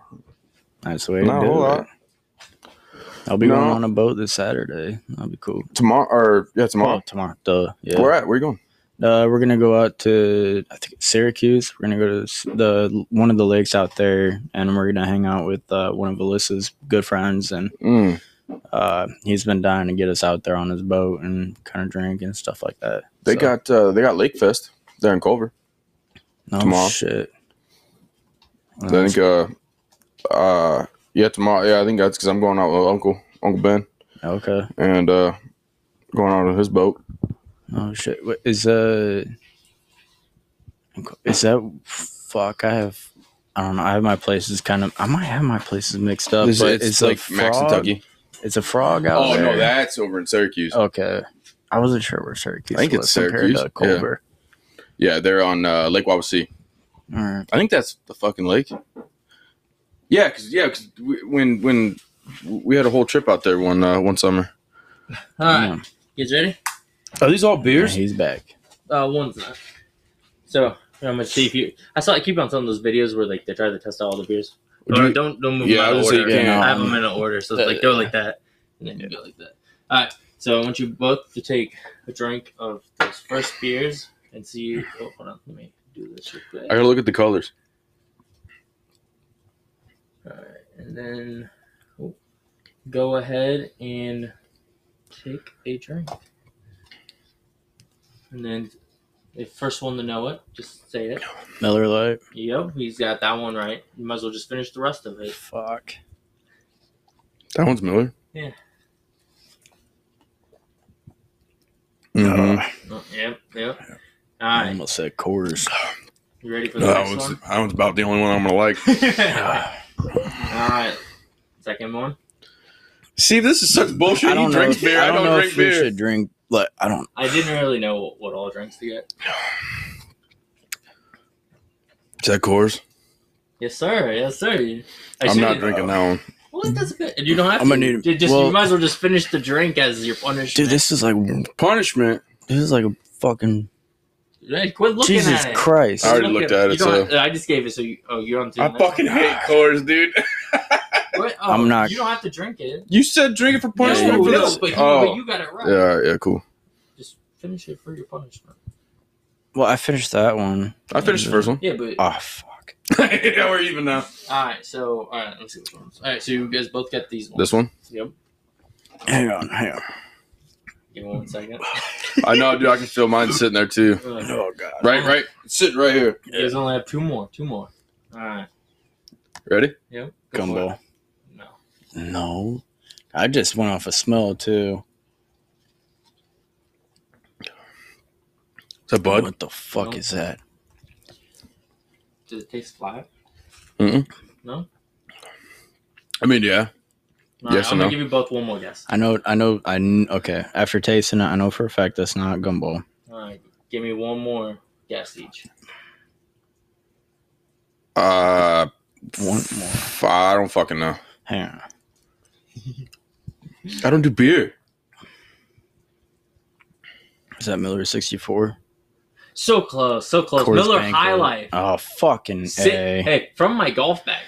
Speaker 4: That's the way to
Speaker 2: Not a whole
Speaker 4: do
Speaker 2: lot.
Speaker 4: it. I'll be
Speaker 2: No.
Speaker 4: going on a boat this Saturday. That'll be cool.
Speaker 2: Tomorrow or yeah,
Speaker 4: Oh,
Speaker 2: tomorrow.
Speaker 4: tomorrow. Duh. Yeah.
Speaker 2: Where at? Where you going?
Speaker 4: Uh, we're gonna go out to I think it's Syracuse. We're gonna go to s- the one of the lakes out there, and we're gonna hang out with uh, one of Alyssa's good friends, and
Speaker 2: Mm.
Speaker 4: uh, he's been dying to get us out there on his boat and kind of drink and stuff like that.
Speaker 2: They
Speaker 4: So-
Speaker 2: got uh, they got Lake Fest there in Culver.
Speaker 4: no
Speaker 2: tomorrow.
Speaker 4: shit.
Speaker 2: I think uh, uh, yeah, tomorrow. Yeah, I think that's because I'm going out with Uncle Uncle Ben
Speaker 4: Okay.
Speaker 2: and uh, going out on his boat.
Speaker 4: Oh shit! What is uh? Is that fuck? I have. I don't know. I have my places kind of. I might have my places mixed up.
Speaker 5: It's,
Speaker 4: Uh, but
Speaker 5: it's
Speaker 4: it's
Speaker 5: like
Speaker 4: a
Speaker 5: Max
Speaker 4: frog-
Speaker 5: Kentucky.
Speaker 4: It's a frog out
Speaker 2: Oh
Speaker 4: there. Oh.
Speaker 2: no, that's over in Syracuse.
Speaker 4: Okay. I wasn't sure where Syracuse
Speaker 2: I think it's
Speaker 4: was compared
Speaker 2: Syracuse,
Speaker 4: to Culver.
Speaker 2: Yeah, they're on uh, Lake Wabasee.
Speaker 4: All right.
Speaker 2: I think that's the fucking lake. Yeah, cause yeah, 'cause we, when when we had a whole trip out there one uh, one summer.
Speaker 3: All right, you guys ready?
Speaker 2: Are these all
Speaker 4: Yeah,
Speaker 2: beers?
Speaker 4: he's back.
Speaker 3: Uh, one's not. So I'm gonna see if you. I saw. I keep on telling those videos where like they try to test out all the beers.
Speaker 2: Would
Speaker 3: Or
Speaker 2: you-
Speaker 3: don't don't move
Speaker 2: Yeah, I
Speaker 3: my
Speaker 2: was
Speaker 3: order.
Speaker 2: gonna say you
Speaker 4: can't.
Speaker 3: I have them in an order, so it's like go like that, and then you go like that. All right. So I want you both to take a drink of those first beers and see. Oh, hold on. Let me do this real quick.
Speaker 5: I gotta look at the colors.
Speaker 3: And then oh, go ahead and take a drink. And then the first one to know it, just say it.
Speaker 4: Miller Lite.
Speaker 3: Yep, he's got that one right. You might as well just finish the rest of it.
Speaker 4: Fuck.
Speaker 5: That one's Miller. Mm-hmm. Uh,
Speaker 2: Mhm.
Speaker 3: Oh, Yep, yep. All
Speaker 4: I
Speaker 3: right,
Speaker 4: almost said Coors.
Speaker 3: you ready for the
Speaker 5: That
Speaker 3: next
Speaker 5: one's,
Speaker 3: one?
Speaker 5: that one's about the only one I'm gonna like.
Speaker 3: All right, second one.
Speaker 5: See, this is such bullshit.
Speaker 4: I
Speaker 5: Oh,
Speaker 4: don't
Speaker 5: he
Speaker 4: know.
Speaker 5: drinks
Speaker 4: If,
Speaker 5: beer.
Speaker 4: I don't, know
Speaker 5: drink
Speaker 4: if we
Speaker 5: beer.
Speaker 4: should drink. Like I don't.
Speaker 3: I didn't really know what, what all drinks to get.
Speaker 5: Is that Coors?
Speaker 3: Yes, sir. Yes, sir. I
Speaker 5: I'm
Speaker 3: should've-
Speaker 5: not drinking that one.
Speaker 3: Well, that's good. You don't have
Speaker 4: I'm
Speaker 3: to.
Speaker 4: gonna need-
Speaker 3: You just,
Speaker 4: well-
Speaker 3: you might as well just finish the drink as your punishment.
Speaker 4: Dude, this is like
Speaker 5: Punishment.
Speaker 4: this is like a fucking
Speaker 3: Hey, quit looking
Speaker 4: Jesus
Speaker 3: at it.
Speaker 4: Christ.
Speaker 5: I already
Speaker 3: Look
Speaker 5: looked at it,
Speaker 3: You don't have- I just gave it, so you, oh, you're on. to the
Speaker 5: I
Speaker 3: next one.
Speaker 5: fucking hate Coors, dude.
Speaker 3: What? Oh,
Speaker 4: I'm not-
Speaker 3: You don't have to drink it.
Speaker 5: You said drink it for
Speaker 4: Yeah,
Speaker 3: No,
Speaker 4: you
Speaker 5: punishment.
Speaker 4: did.
Speaker 5: for
Speaker 3: no,
Speaker 5: this.
Speaker 3: but you, but
Speaker 5: oh,
Speaker 3: you got it right.
Speaker 2: Yeah, yeah, cool.
Speaker 3: Just finish it for your punishment.
Speaker 4: Well, I finished that one.
Speaker 2: I finished the first one.
Speaker 3: Yeah, but
Speaker 4: Oh fuck.
Speaker 5: yeah, we're even now.
Speaker 3: all right. So all right, let's see which ones. All right, so you guys both got these ones.
Speaker 2: This one.
Speaker 3: Yep.
Speaker 4: Hang on, hang on.
Speaker 3: Give me one second.
Speaker 2: I know, dude. I can feel mine sitting there too.
Speaker 3: Uh,
Speaker 4: Oh god.
Speaker 2: Right, right. It's sitting right here.
Speaker 3: you guys only have two more. Two more. All right.
Speaker 2: Ready?
Speaker 3: Yep. go for it.
Speaker 4: Gumbo.
Speaker 3: No.
Speaker 4: No. I just went off a smell too.
Speaker 5: Is that Bud?
Speaker 4: What the fuck
Speaker 3: Nope.
Speaker 4: is that?
Speaker 3: Does it taste flat?
Speaker 5: I mean, yeah.
Speaker 3: All right,
Speaker 2: Yes or
Speaker 3: I'm
Speaker 2: no?
Speaker 3: gonna give you both one more guess.
Speaker 4: I know, I know, I kn- okay. After tasting it, I know for a fact that's not gumbo.
Speaker 3: All right. Give me one more guess each.
Speaker 2: Uh,
Speaker 4: One more.
Speaker 2: f- I don't fucking know.
Speaker 4: Hang on.
Speaker 5: I don't do beer.
Speaker 4: Is that Miller 64?
Speaker 3: So close. So close.
Speaker 4: Coors
Speaker 3: Oh, Miller
Speaker 4: Banquet.
Speaker 3: High Life.
Speaker 4: Oh, fucking
Speaker 3: Si-
Speaker 4: A.
Speaker 3: hey, from my golf bag.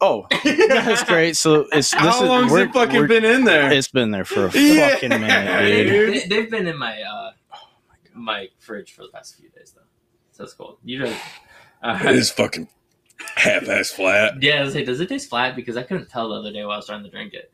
Speaker 4: Oh, that's great. So it's this
Speaker 5: How
Speaker 4: is,
Speaker 5: long's
Speaker 4: we're-
Speaker 5: it fucking
Speaker 4: we're-
Speaker 5: been in there?
Speaker 4: It's been there for a
Speaker 5: Yeah.
Speaker 4: fucking minute, dude.
Speaker 5: Dude.
Speaker 3: They, have been in my uh, my, fridge for the past few days though, so it's cold. You don't. Uh,
Speaker 5: It is fucking half-ass flat.
Speaker 3: yeah, I was like, does it taste flat? Because I couldn't tell the other day while I was trying to drink it.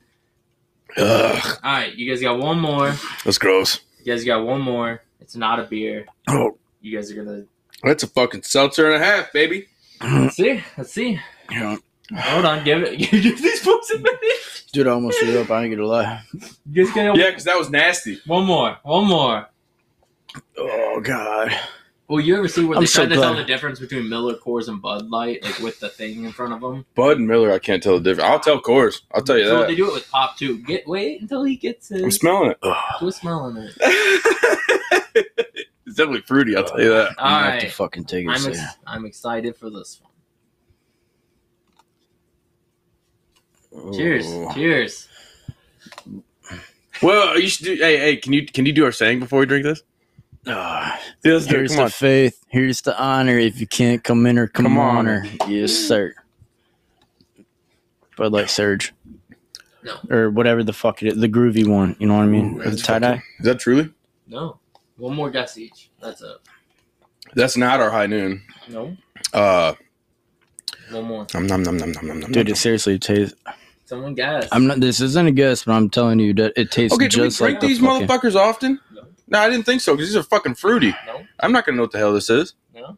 Speaker 5: Ugh,
Speaker 3: All right, you guys got one more.
Speaker 5: that's gross.
Speaker 3: You guys got one more. It's not a beer.
Speaker 4: Oh.
Speaker 3: You guys are gonna
Speaker 2: That's a fucking seltzer and a half, baby.
Speaker 3: let's see. Let's see.
Speaker 4: Yeah.
Speaker 3: Hold on. Give it. Give these folks a minute.
Speaker 4: Dude, I almost threw up. I ain't gonna lie.
Speaker 3: You guys got
Speaker 2: Yeah, because that was nasty.
Speaker 3: one more. One more.
Speaker 4: Oh, God.
Speaker 3: Well, you ever see where
Speaker 4: I'm
Speaker 3: they
Speaker 4: so
Speaker 3: try to tell
Speaker 4: glad.
Speaker 3: the difference between Miller Coors and Bud Light, like with the thing in front of them?
Speaker 2: Bud and Miller, I can't tell the difference. I'll tell Coors. I'll tell you
Speaker 3: So they
Speaker 2: that.
Speaker 3: do it with pop too. Get wait until he gets
Speaker 2: I'm
Speaker 3: his.
Speaker 2: smelling it.
Speaker 3: Quit smelling it.
Speaker 5: it's definitely fruity. I'll tell you that.
Speaker 3: All
Speaker 4: I'm gonna have to
Speaker 3: right,
Speaker 4: fucking take it.
Speaker 3: I'm
Speaker 4: serious.
Speaker 3: ex- I'm excited for this one. Cheers!
Speaker 4: Ooh.
Speaker 3: Cheers!
Speaker 5: Well, you should do. Hey, hey, can you can you do our saying before we drink this?
Speaker 4: Ah,
Speaker 5: Yeah, let's do it.
Speaker 4: here's
Speaker 5: Come
Speaker 4: the
Speaker 5: on.
Speaker 4: faith. Here's the honor. If you can't come in or come,
Speaker 5: Come on.
Speaker 4: on or yes, sir. Bud Light Surge.
Speaker 3: No.
Speaker 4: Or whatever the fuck it is, the groovy one. You know what I mean?
Speaker 5: Ooh,
Speaker 4: With the
Speaker 5: that's
Speaker 4: tie dye.
Speaker 5: Is that truly?
Speaker 3: No. One more guess each. That's it.
Speaker 5: That's not our high noon.
Speaker 3: No.
Speaker 5: Uh,
Speaker 3: One more.
Speaker 5: nom, nom, nom, nom, nom, nom, nom,
Speaker 4: Dude,
Speaker 5: nom.
Speaker 4: it seriously tastes.
Speaker 3: Someone guess.
Speaker 4: I'm not. This isn't a guess, but I'm telling you that it tastes
Speaker 5: okay. Do we
Speaker 4: just
Speaker 5: drink
Speaker 4: like the
Speaker 5: these
Speaker 4: fucking.
Speaker 5: motherfuckers often?
Speaker 3: No.
Speaker 5: No, I didn't think so because these are fucking fruity.
Speaker 3: No.
Speaker 5: I'm not gonna know what the hell this is.
Speaker 3: No.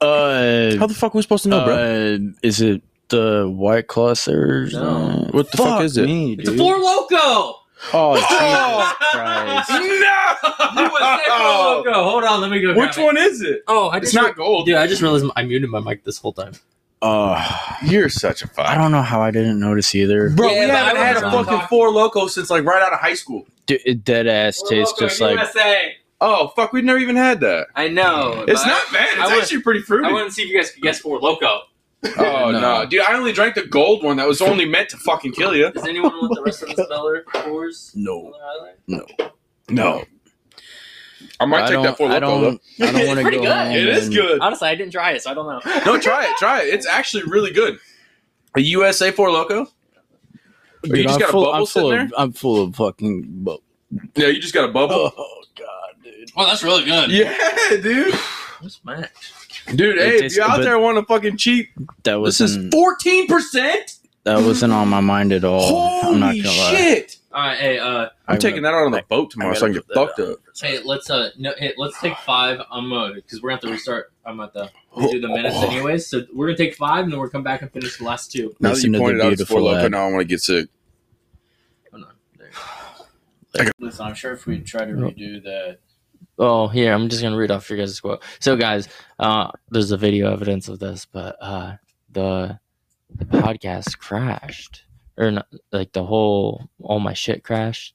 Speaker 4: uh,
Speaker 5: How the fuck are we supposed to know, bro?
Speaker 4: uh, is it the White Claw Surge?
Speaker 3: No.
Speaker 5: What the fuck is it?
Speaker 4: Me,
Speaker 3: It's a
Speaker 4: dude.
Speaker 3: four loco.
Speaker 4: Oh,
Speaker 5: Oh!
Speaker 4: Jesus Christ.
Speaker 5: No.
Speaker 3: You would say four loco. Hold on, let me go.
Speaker 5: Which
Speaker 3: grab it.
Speaker 5: one is it?
Speaker 3: Oh, I
Speaker 5: It's
Speaker 3: just
Speaker 5: not gold.
Speaker 3: Dude, I just realized I muted my mic this whole time.
Speaker 4: Oh,
Speaker 5: You're such a
Speaker 4: I
Speaker 5: fuck.
Speaker 4: don't know how I didn't notice either.
Speaker 5: Bro,
Speaker 3: Yeah,
Speaker 5: we
Speaker 3: but I
Speaker 5: haven't had a
Speaker 3: remember
Speaker 5: fucking
Speaker 3: talking-
Speaker 5: four loco since like right out of high school.
Speaker 4: Dude, it dead ass tastes just like
Speaker 3: USA.
Speaker 5: Oh fuck, we've never even had that.
Speaker 3: I know.
Speaker 5: It's
Speaker 3: but
Speaker 5: not bad. It's
Speaker 3: I would-
Speaker 5: actually pretty fruity.
Speaker 3: I want to see if you guys could guess four loco.
Speaker 5: oh no. dude, I only drank the gold one that was only meant to fucking kill you.
Speaker 3: Does anyone want the rest of this Miller Coors?
Speaker 4: no.
Speaker 5: No, I might
Speaker 4: I
Speaker 5: take that
Speaker 4: don't.
Speaker 5: four
Speaker 4: I
Speaker 5: loco. though.
Speaker 4: don't, I don't want to
Speaker 3: pretty
Speaker 4: go.
Speaker 3: good.
Speaker 4: home
Speaker 5: It is
Speaker 4: and-
Speaker 5: good.
Speaker 3: Honestly, I didn't try it, so I don't know.
Speaker 5: No, try it. Try it. It's actually really good. A USA four loco.
Speaker 4: Dude,
Speaker 5: you just
Speaker 4: I'm
Speaker 5: got
Speaker 4: full,
Speaker 5: a bubble
Speaker 4: I'm full
Speaker 5: sitting
Speaker 4: of. I'm full of fucking. Bu-
Speaker 5: there. Yeah, you just got a bubble.
Speaker 4: oh God, dude.
Speaker 3: Well, Oh, that's really good.
Speaker 5: Yeah, dude.
Speaker 3: What's Matt?
Speaker 5: Dude,
Speaker 4: It
Speaker 5: hey, if
Speaker 4: tastes
Speaker 5: you're out
Speaker 4: good.
Speaker 5: there wanting to fucking cheat,
Speaker 4: That
Speaker 5: this
Speaker 4: wasn't.
Speaker 5: is fourteen percent.
Speaker 4: that wasn't on my mind at all. Oh, I'm not
Speaker 5: Holy
Speaker 4: gonna lie.
Speaker 5: shit!
Speaker 3: All right, hey, uh,
Speaker 5: I'm
Speaker 4: I
Speaker 5: taking that out on the boat tomorrow, so I can get
Speaker 4: gotta put
Speaker 5: fucked
Speaker 4: that
Speaker 5: up.
Speaker 3: hey, let's uh, no, hey, let's take five. I'm uh, because we're gonna have to restart. I'm at the we do the minutes anyways, so we're gonna take five, and then we're gonna come back and finish the last two.
Speaker 5: Now that
Speaker 4: Oh. Listen
Speaker 5: you
Speaker 4: to the
Speaker 5: pointed out it's four
Speaker 4: beautiful uh,
Speaker 5: loco,
Speaker 4: lad.
Speaker 5: now I want to get sick.
Speaker 3: Hold on. There.
Speaker 5: Like-
Speaker 3: Listen, I'm sure if we try to
Speaker 4: Yep.
Speaker 3: redo that. Oh, here, I'm just going to read off your guys' quote. So, guys, uh, there's a video evidence of this, but uh, the, the podcast crashed. Or, not, like, the whole, all my shit crashed.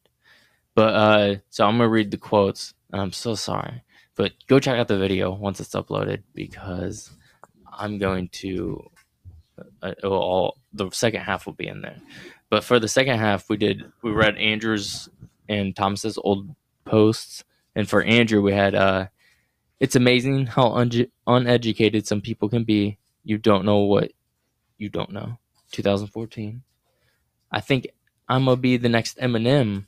Speaker 3: But, uh, so I'm going to read the quotes, and I'm so sorry. But go check out the video once it's uploaded because I'm going to, uh, it'll all, the second half will be in there. But for the second half, we did we read Andrew's and Thomas's old posts, and for Andrew, we had uh, it's amazing how unge- uneducated some people can be. You don't know what you don't know. 2014. I think I'm gonna be the next Eminem,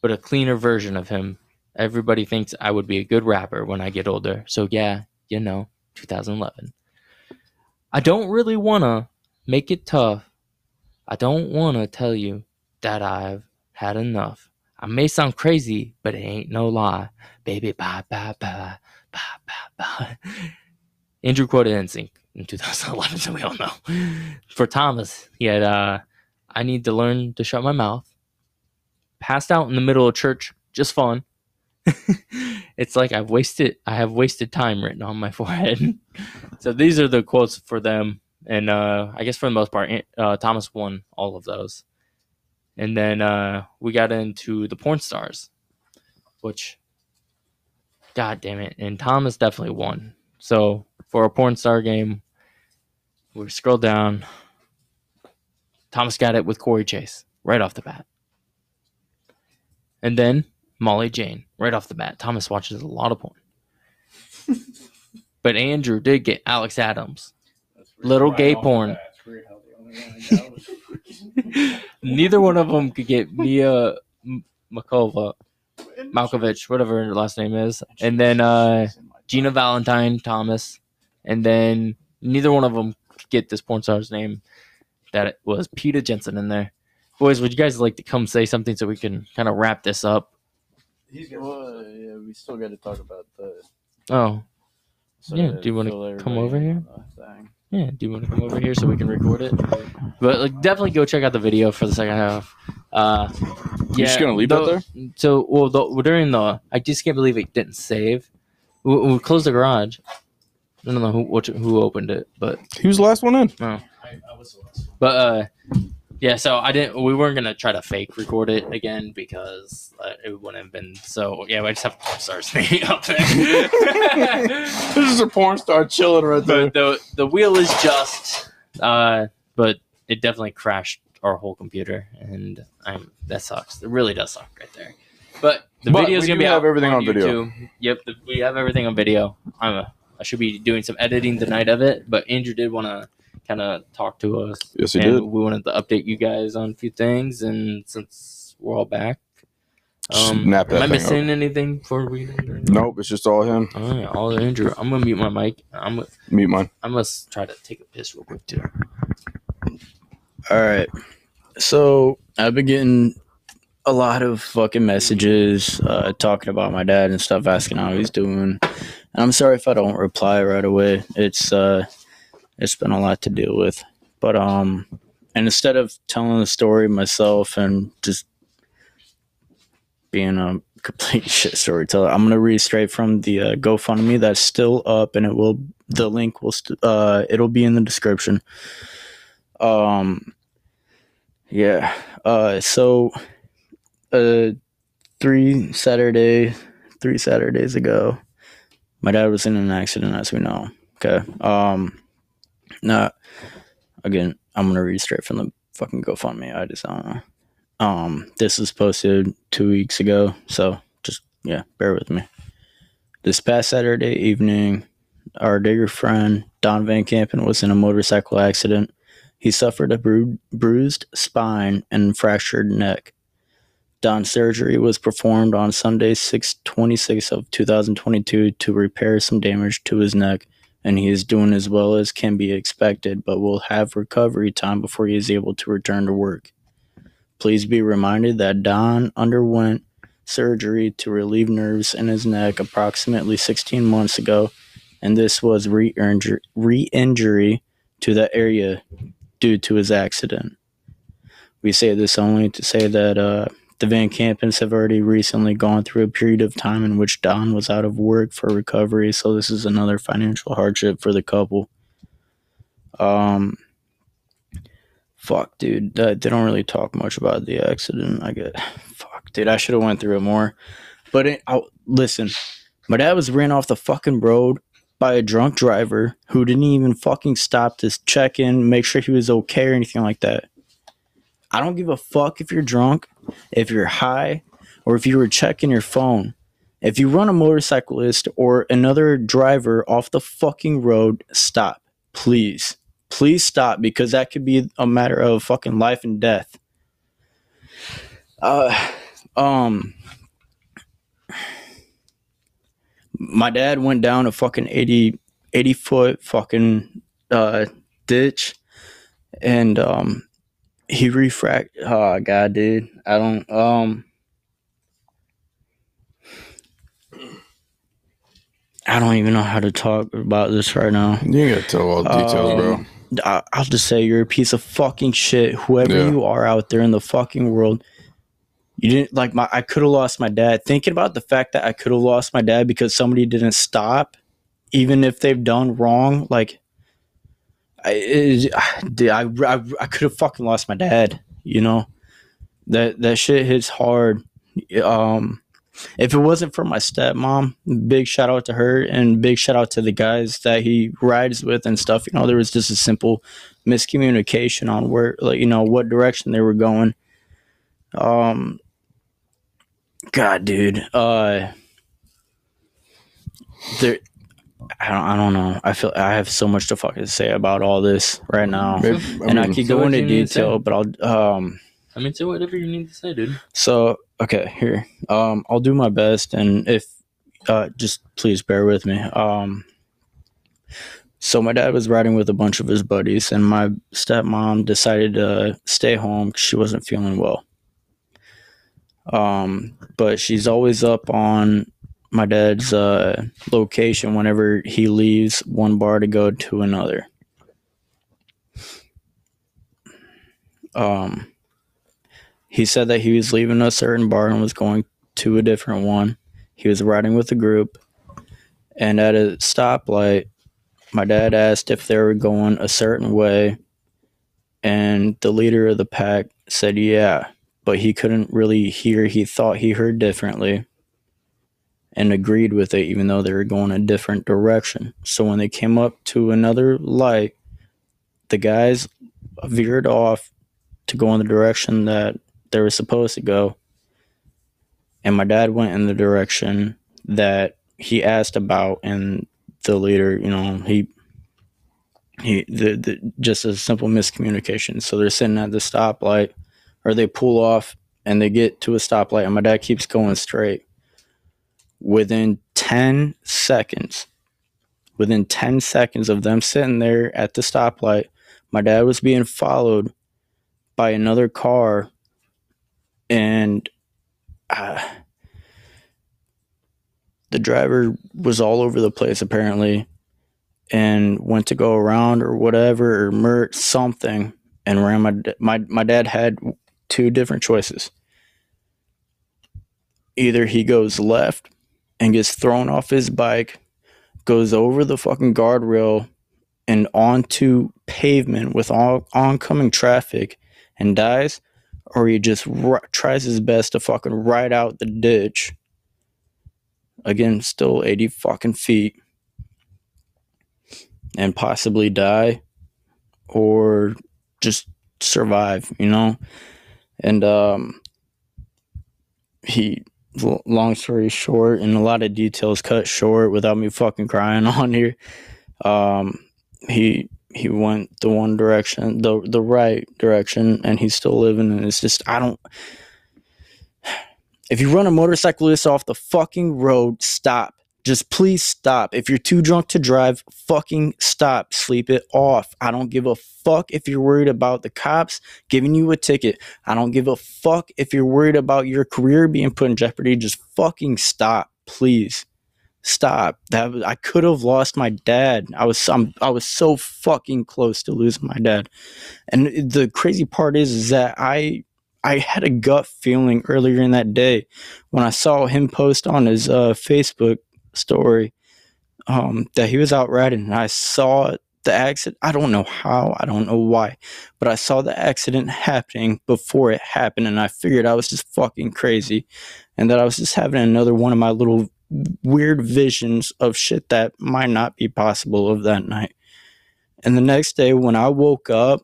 Speaker 3: but a cleaner version of him. Everybody thinks I would be a good rapper when I get older. So yeah, you know, 2011. I don't really wanna make it tough. I don't want to tell you that I've had enough. I may sound crazy, but it ain't no lie. Baby, bye, bye, bye, bye, bye, bye. Andrew quoted NSYNC in 2011, so we all know. For Thomas, he had, uh, I need to learn to shut my mouth. Passed out in the middle of church, just fun. it's like I've wasted, I have wasted time written on my forehead. so these are the quotes for them and uh, I guess for the most part, An- uh, Thomas won all of those. And then uh, we got into the porn stars, which, god damn it! And Thomas definitely won. So for a porn star game, we scroll down. Thomas got it with Corey Chase right off the bat, and then Molly Jane right off the bat. Thomas watches a lot of porn, but Andrew did get Alex Adams. Little gay porn. Neither one of them could get Mia M- Makova, Malkovich, whatever her last name is, and then uh, Gina Valentine Thomas, and then neither one of them could get this porn star's name. That it was Peter Jensen in there. Boys, would you guys like to come say something so we can kind of wrap this up?
Speaker 4: yeah, we still got to talk about the.
Speaker 3: Oh, Yeah, do you wanna fill come over everybody Yeah, do you want to come over here so we can record it? But like, definitely go check out the video for the second half. Uh, yeah,
Speaker 5: just gonna leave that
Speaker 3: though- So, well, the, during the, I just can't believe it didn't save. We, we closed the garage. I don't know who which, who opened it, but
Speaker 2: He was the last one in.
Speaker 3: but uh, yeah. So I didn't. We weren't gonna try to fake record it again because uh, it wouldn't have been. So yeah, I just have to start sneaking up there.
Speaker 2: This is a porn star chilling right there.
Speaker 3: but the the wheel is just uh but it definitely crashed our whole computer and i'm that sucks it really does suck right there but the
Speaker 2: But
Speaker 3: video's
Speaker 2: we
Speaker 3: gonna
Speaker 2: do
Speaker 3: be
Speaker 2: have
Speaker 3: out
Speaker 2: everything on video.
Speaker 3: YouTube. yep the, we have everything on video i'm a, i am I should be doing some editing tonight of it but andrew did want to kind of talked to us.
Speaker 6: Yes, he
Speaker 3: and
Speaker 6: did.
Speaker 3: We wanted to update you guys on a few things, and since we're all back, um,
Speaker 6: Snap that thing
Speaker 3: am I
Speaker 6: up.
Speaker 3: missing anything before we?
Speaker 6: Nope, it's just all him.
Speaker 3: All right, all the Andrew. I'm gonna mute my mic. I'm
Speaker 6: Mute mine.
Speaker 3: I must try to take a piss real quick too.
Speaker 4: All right. So I've been getting a lot of fucking messages uh, talking about my dad and stuff, asking how he's doing. And I'm sorry if I don't reply right away. It's uh, it's been a lot to deal with. But um, and instead of telling the story myself and just being a complete shit storyteller, I'm gonna read straight from the uh, GoFundMe that's still up, and it will the link will st- uh, it'll be in the description. Um, yeah. Uh, so, uh, three Saturday, three Saturdays ago, my dad was in an accident, as we know. Okay. Um, now, again, I'm gonna read straight from the fucking GoFundMe. I just I don't know. Um, this was posted two weeks ago, so just yeah, bear with me. This past Saturday evening, our dear friend Don Van Campen was in a motorcycle accident. He suffered a bru- bruised spine and fractured neck. Don's surgery was performed on Sunday, 6/26 of 2022, to repair some damage to his neck, and he is doing as well as can be expected, but will have recovery time before he is able to return to work. Please be reminded that Don underwent surgery to relieve nerves in his neck approximately 16 months ago, and this was re-injur- re-injury to that area due to his accident. We say this only to say that uh, the Van Campens have already recently gone through a period of time in which Don was out of work for recovery, so this is another financial hardship for the couple. Um, fuck, dude, uh, they don't really talk much about the accident. I get, fuck, dude, I should have went through it more. But it, I, listen, my dad was ran off the fucking road by a drunk driver who didn't even fucking stop to check in, make sure he was okay or anything like that. I don't give a fuck if you're drunk, if you're high, or if you were checking your phone. If you run a motorcyclist or another driver off the fucking road, stop. Please. Please stop because that could be a matter of fucking life and death. Uh um my dad went down a fucking 80, 80 foot fucking uh, ditch and um he refract oh god dude i don't um i don't even know how to talk about this right now
Speaker 6: You ain't gotta tell all the details, bro.
Speaker 4: um, I, I'll just say you're a piece of fucking shit. Whoever
Speaker 6: Yeah.
Speaker 4: you are out there in the fucking world, you didn't like my. I could have lost my dad. Thinking about the fact that I could have lost my dad because somebody didn't stop, even if they've done wrong. Like, I, it, dude, I, I, I could have fucking lost my dad. You know, that that shit hits hard. Um, if it wasn't for my stepmom, big shout out to her and big shout out to the guys that he rides with and stuff. You know, there was just a simple miscommunication on where, like, you know, what direction they were going. Um, God, dude, uh, there, I don't, I don't know. I feel I have so much to fucking say about all this right now,
Speaker 6: Maybe, I
Speaker 4: and I
Speaker 6: mean,
Speaker 4: could
Speaker 3: So
Speaker 4: go
Speaker 3: what
Speaker 4: into
Speaker 3: do you need to
Speaker 4: detail, but I'll, um,
Speaker 3: I mean, say whatever you need to say, dude.
Speaker 4: so okay, here. Um, I'll do my best, and if uh, just please bear with me. Um, so my dad was riding with a bunch of his buddies, and my stepmom decided to stay home 'cause she wasn't feeling well. Um, but she's always up on my dad's uh, location whenever he leaves one bar to go to another. Um he said that he was leaving a certain bar and was going to a different one. He was riding with a group, and at a stoplight, my dad asked if they were going a certain way, and the leader of the pack said, Yeah, but he couldn't really hear. He thought he heard differently and agreed with it, even though they were going a different direction. So when they came up to another light, the guys veered off to go in the direction that they were supposed to go. And my dad went in the direction that he asked about, and the leader, you know, he he the, the just a simple miscommunication. So they're sitting at the stoplight, or they pull off and they get to a stoplight, and my dad keeps going straight. Within ten seconds, within ten seconds of them sitting there at the stoplight, my dad was being followed by another car, and uh, the driver was all over the place apparently and went to go around or whatever or mer- something and ran my d- my my dad had two different choices. Either he goes left and gets thrown off his bike, goes over the fucking guardrail and onto pavement with all oncoming traffic and dies, or he just ri tries his best to fucking ride out the ditch. Again, still 80 fucking feet and possibly die or just survive, you know? And um he l- long story short and a lot of details cut short without me fucking crying on here. Um he he went the one direction, the the right direction and he's still living and it's just I don't if you run a motorcyclist off the fucking road, stop. Just please stop. If you're too drunk to drive, fucking stop. Sleep it off. I don't give a fuck if you're worried about the cops giving you a ticket. I don't give a fuck if you're worried about your career being put in jeopardy. Just fucking stop, please. Stop. That was, I could have lost my dad. I was I'm, I was so fucking close to losing my dad. And the crazy part is, is that I I had a gut feeling earlier in that day when I saw him post on his uh, Facebook story um, that he was out riding and I saw the accident. I don't know how, I don't know why, but I saw the accident happening before it happened and I figured I was just fucking crazy and that I was just having another one of my little weird visions of shit that might not be possible of that night. And the next day when I woke up,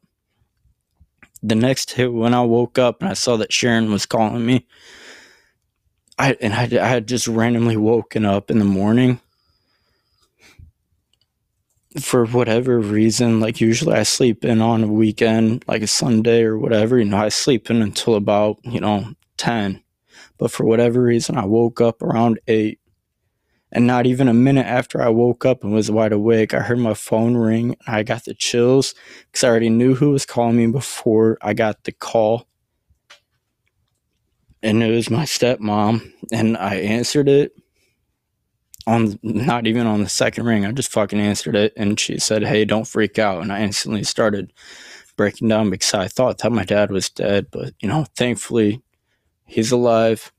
Speaker 4: the next day when I woke up and I saw that Sharon was calling me, I and I, I had just randomly woken up in the morning for whatever reason. Like usually I sleep in on a weekend, like a Sunday or whatever. You know, I sleep in until about you know ten, but for whatever reason I woke up around eight. And not even a minute after I woke up and was wide awake, I heard my phone ring. And I got the chills because I already knew who was calling me before I got the call and it was my stepmom and i answered it on not even on the second ring i just fucking answered it and she said hey don't freak out and i instantly started breaking down because i thought that my dad was dead but you know thankfully he's alive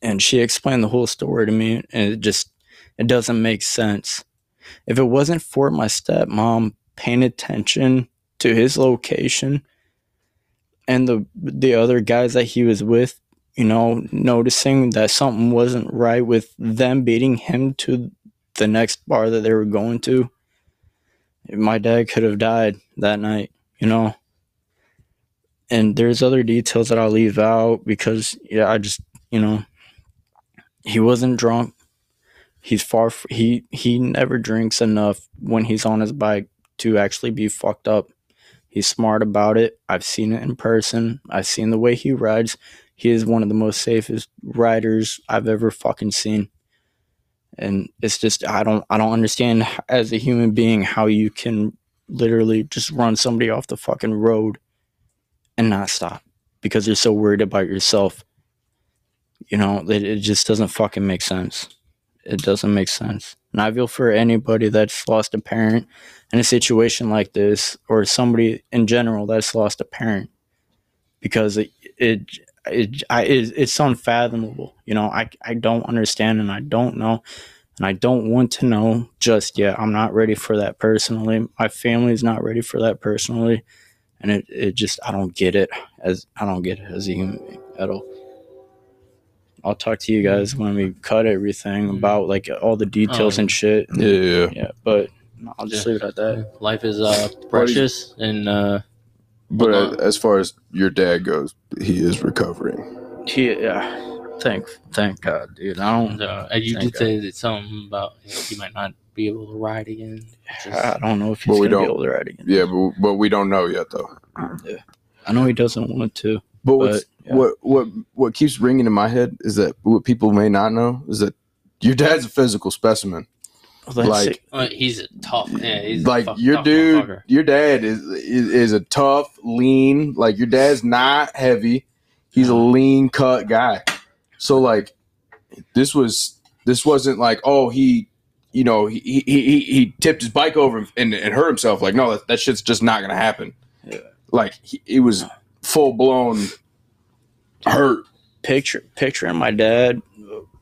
Speaker 4: and she explained the whole story to me and it just it doesn't make sense if it wasn't for my stepmom paying attention to his location and the the other guys that he was with, you know, noticing that something wasn't right with them beating him to the next bar that they were going to, my dad could have died that night, you know. And there's other details that I'll leave out because yeah, I just you know, he wasn't drunk. He's far. f he he never drinks enough when he's on his bike to actually be fucked up. He's smart about it. I've seen it in person. I've seen the way he rides. He is one of the most safest riders I've ever fucking seen. And it's just I don't I don't understand h- as a human being how you can literally just run somebody off the fucking road and not stop because you're so worried about yourself. You know, it, it just doesn't fucking make sense. It doesn't make sense. And I feel for anybody that's lost a parent in a situation like this or somebody in general that's lost a parent because it it, it, I, it it's unfathomable you know I, I don't understand and i don't know and i don't want to know just yet i'm not ready for that personally my family's not ready for that personally and it, it just i don't get it as i don't get it as a human being at all i'll talk to you guys when we cut everything about like all the details
Speaker 3: Oh.
Speaker 4: and shit
Speaker 6: Yeah.
Speaker 4: yeah but i'll just
Speaker 3: Yeah.
Speaker 4: leave it at that
Speaker 3: Life is uh, precious, and uh,
Speaker 6: But
Speaker 3: Hold
Speaker 6: Uh-huh. as far as your dad goes, he is recovering.
Speaker 4: He, yeah, Thank, thank God, dude. I don't,
Speaker 3: And, uh, you
Speaker 4: Thank
Speaker 3: did say that something about you, know, you might not be able to ride again. which is-
Speaker 4: I don't know if he's
Speaker 5: Well, we
Speaker 4: gonna be
Speaker 5: don't-
Speaker 4: able to ride again.
Speaker 5: Yeah, but, but we don't know yet though.
Speaker 4: I know he doesn't want to.
Speaker 5: But, what's,
Speaker 4: yeah.
Speaker 5: what what what keeps ringing in my head is that what people may not know is that your dad's a physical specimen.
Speaker 4: Well, that's
Speaker 5: Like-
Speaker 4: it.
Speaker 3: Uh, he's a tough. Yeah, he's a
Speaker 5: like
Speaker 3: fuck-
Speaker 5: your
Speaker 3: tough
Speaker 5: dude,
Speaker 3: motherfucker.
Speaker 5: your dad is, is is a tough, lean. Like your dad's not heavy. He's a
Speaker 3: Uh-huh.
Speaker 5: lean cut guy. So like, this was this wasn't like oh he, you know he he he, he tipped his bike over and, and hurt himself. Like no, that, that shit's just not gonna happen.
Speaker 4: Yeah.
Speaker 5: Like he, it was full blown hurt.
Speaker 4: picture picturing my dad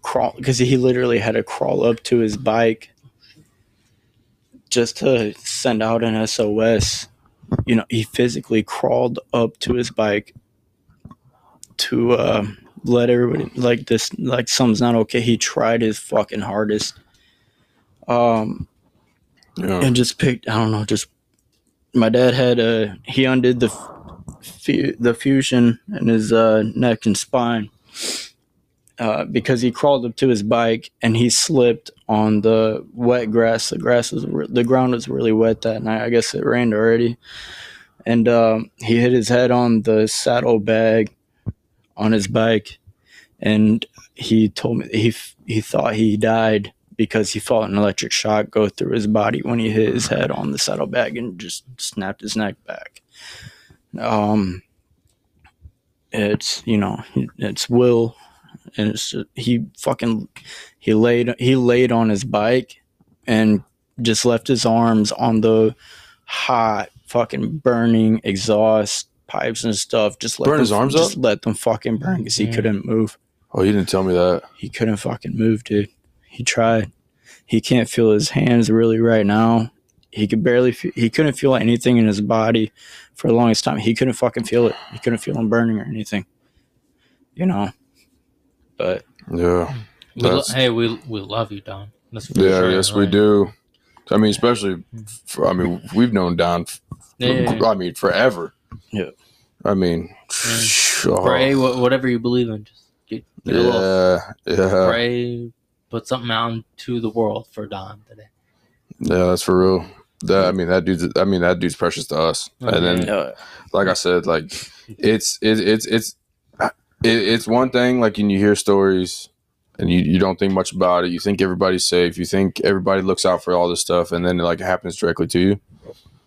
Speaker 4: crawl because he literally had to crawl up to his bike just to send out an SOS. You know, he physically crawled up to his bike to uh, let everybody like this like something's not okay. He tried his fucking hardest. Um,
Speaker 5: Yeah.
Speaker 4: and just picked i don't know just my dad had uh he undid the fu- the fusion in his uh neck and spine uh because he crawled up to his bike and he slipped on the wet grass the grass was re- the ground was really wet that night i guess it rained already and um he hit his head on the saddle bag on his bike and he told me he f- he thought he died because he felt an electric shock go through his body when he hit his head on the saddlebag and just snapped his neck back. Um, it's you know it's Will, and it's he fucking he laid he laid on his bike and just left his arms on the hot fucking burning exhaust pipes and stuff. Just let
Speaker 5: Burn
Speaker 4: them-
Speaker 5: his arms
Speaker 4: just let them fucking burn because he
Speaker 3: Yeah.
Speaker 4: couldn't move
Speaker 5: Oh, you didn't tell me that.
Speaker 4: he couldn't fucking move, dude. He tried. He can't feel his hands really right now. He could barely. Fe- he couldn't feel anything in his body for the longest time. He couldn't fucking feel it. He couldn't feel him burning or anything. You know. But
Speaker 5: Yeah.
Speaker 3: We lo-
Speaker 5: That's-
Speaker 3: hey, we we love you, Don. That's for
Speaker 5: Yeah.
Speaker 3: sure,
Speaker 5: Yes, we
Speaker 3: like-
Speaker 5: do. I mean, especially. For, I mean, we've known Don
Speaker 3: Yeah, yeah, yeah.
Speaker 5: I mean, forever.
Speaker 4: Yeah.
Speaker 5: I mean, oh,
Speaker 3: pray wha- whatever you believe in. Just get, get a little
Speaker 5: yeah, yeah,
Speaker 3: pray, put something out into the world for Don today.
Speaker 5: yeah. That's for real. That, I mean, that dude's. I mean, that dude's precious to us.
Speaker 3: Oh,
Speaker 5: and then,
Speaker 3: yeah.
Speaker 4: uh,
Speaker 5: like I said, like it's it, it's it's it, it's one thing. Like, and you hear stories, and you you don't think much about it. You think everybody's safe. You think everybody looks out for all this stuff, and then it like happens directly to you.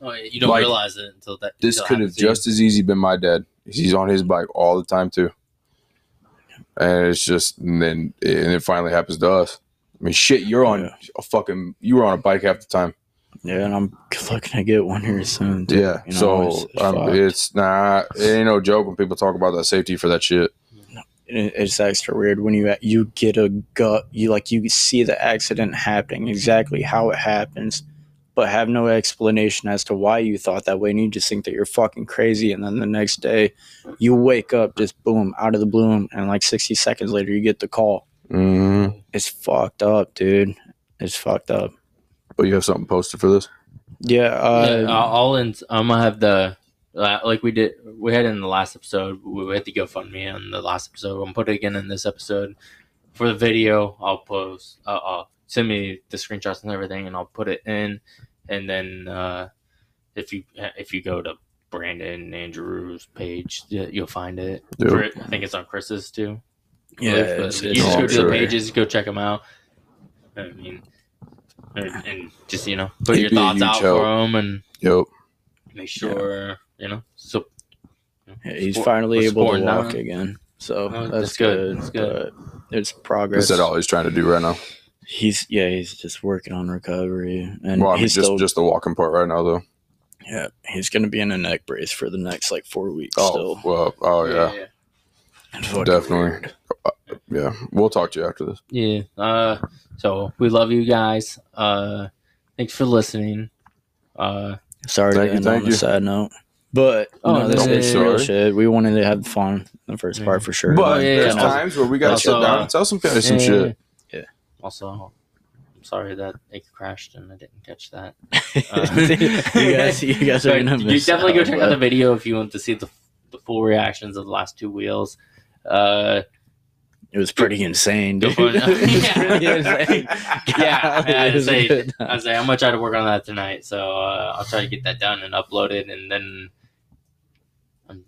Speaker 3: Oh, yeah, you don't
Speaker 5: Like,
Speaker 3: realize it until that.
Speaker 5: This
Speaker 3: until it
Speaker 5: could have
Speaker 3: happens to you.
Speaker 5: just as easy been my dad. He's on his bike all the time too, and it's just and then and it finally happens to us. I mean, shit, you're on
Speaker 4: Yeah.
Speaker 5: a fucking you were on a bike half the time.
Speaker 4: yeah, and I'm looking to get one here soon. dude.
Speaker 5: Yeah,
Speaker 4: You know,
Speaker 5: so
Speaker 4: it's-
Speaker 5: um,
Speaker 4: fuck.
Speaker 5: it's nah, it ain't no joke when people talk about that safety for that shit.
Speaker 4: it- it's extra weird when you you get a gut you like you see the accident happening exactly how it happens but have no explanation as to why you thought that way and you just think that you're fucking crazy and then the next day you wake up just boom out of the bloom and like 60 seconds later you get the call
Speaker 5: Mm-hmm.
Speaker 4: it's fucked up dude it's fucked up
Speaker 5: But you have something posted for this?
Speaker 4: yeah uh
Speaker 3: Yeah, I'll I'll ins- I'm gonna have the uh, like we did. We had in the last episode. We we had the GoFundMe on the last episode. I'm putting it again in this episode for the video. I'll post. Uh, I'll send me the screenshots and everything, and I'll put it in. And then uh, if you if you go to Brandon Andrews' page, yeah, you'll find it.
Speaker 5: Yep.
Speaker 3: Cri- I think it's on Chris's too.
Speaker 4: yeah
Speaker 3: But
Speaker 4: it's-
Speaker 3: you
Speaker 4: it's-
Speaker 3: just
Speaker 5: Oh,
Speaker 3: go to the
Speaker 5: sure.
Speaker 3: pages, go check them out. I mean, and, and just you know, put
Speaker 5: It'd
Speaker 3: your
Speaker 5: be a
Speaker 3: thoughts
Speaker 5: huge
Speaker 3: out
Speaker 5: help.
Speaker 3: for them and
Speaker 5: Yep.
Speaker 3: make sure you know. So
Speaker 4: he's
Speaker 3: Sport-
Speaker 4: finally
Speaker 3: we're
Speaker 4: able to
Speaker 3: sporting now.
Speaker 4: walk again
Speaker 3: Oh,
Speaker 4: so that's,
Speaker 3: that's good,
Speaker 4: good,
Speaker 3: that's good.
Speaker 4: but it's progress
Speaker 5: That's all he's trying to do right now.
Speaker 4: he's yeah he's just working on recovery and
Speaker 5: Well, I mean,
Speaker 4: he's
Speaker 5: just
Speaker 4: still
Speaker 5: just the walking part right now, though.
Speaker 4: yeah he's gonna be in a neck brace for the next like four weeks
Speaker 5: Oh,
Speaker 4: still
Speaker 5: well, oh yeah,
Speaker 4: It's fucking
Speaker 5: definitely. Uh,
Speaker 4: weird.
Speaker 5: yeah. We'll talk to you after this.
Speaker 3: yeah. yeah. Uh, so we love you guys. Uh, thanks for listening. Uh,
Speaker 4: sorry
Speaker 5: Thank
Speaker 4: to
Speaker 5: you,
Speaker 4: end
Speaker 5: thank
Speaker 4: on a
Speaker 5: you.
Speaker 4: sad note but
Speaker 3: Oh,
Speaker 4: no, this
Speaker 3: don't be
Speaker 4: is real
Speaker 5: sorry.
Speaker 4: shit we wanted to have fun the first
Speaker 3: Yeah.
Speaker 4: part for sure
Speaker 3: But yeah,
Speaker 5: there's
Speaker 3: yeah.
Speaker 5: times where we gotta
Speaker 3: Also,
Speaker 5: sit down
Speaker 3: uh,
Speaker 5: and tell some guys some
Speaker 3: yeah.
Speaker 5: shit.
Speaker 3: Also, I'm sorry that it crashed and I didn't catch that.
Speaker 4: you guys you guys are
Speaker 3: But
Speaker 4: gonna
Speaker 3: you
Speaker 4: miss
Speaker 3: definitely go
Speaker 4: out,
Speaker 3: check out the
Speaker 4: but-
Speaker 3: video if you want to see the, the full reactions of the last two wheels. Uh,
Speaker 4: it was pretty insane.
Speaker 3: Go
Speaker 4: Dude.
Speaker 3: for it.
Speaker 4: yeah,
Speaker 3: Yeah,
Speaker 4: it
Speaker 3: I'd
Speaker 4: was a
Speaker 3: say, uh,
Speaker 4: good time.
Speaker 3: I'd say how much I'd work on that tonight. So uh, I'll try to get that done and uploaded, and then I'm,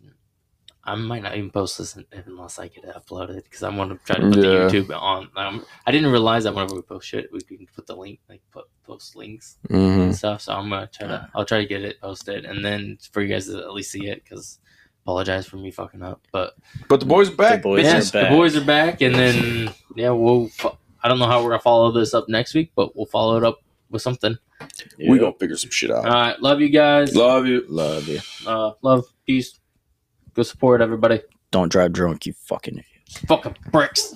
Speaker 3: I might not even post this un- unless I get it uploaded because I'm gonna try to put
Speaker 6: Yeah.
Speaker 3: the YouTube on. Um, I didn't realize that whenever we post shit, we can put the link, like put post links
Speaker 5: Mm-hmm.
Speaker 3: and stuff. So I'm gonna try to, I'll try to get it posted, and then for you guys to at least see it because. Apologize for me fucking up, but
Speaker 2: But the boys are
Speaker 4: The
Speaker 2: back.
Speaker 4: boys
Speaker 3: yeah,
Speaker 4: are back.
Speaker 3: the boys are back, and then yeah, we'll. Fo- I don't know how we're gonna follow this up next week, but we'll follow it up with something.
Speaker 2: We gonna figure some shit out.
Speaker 3: All right, love you guys. Love,
Speaker 2: Love you.
Speaker 4: love you.
Speaker 3: uh, love peace. Go support everybody.
Speaker 4: Don't drive drunk, you fucking.
Speaker 3: Fucking bricks.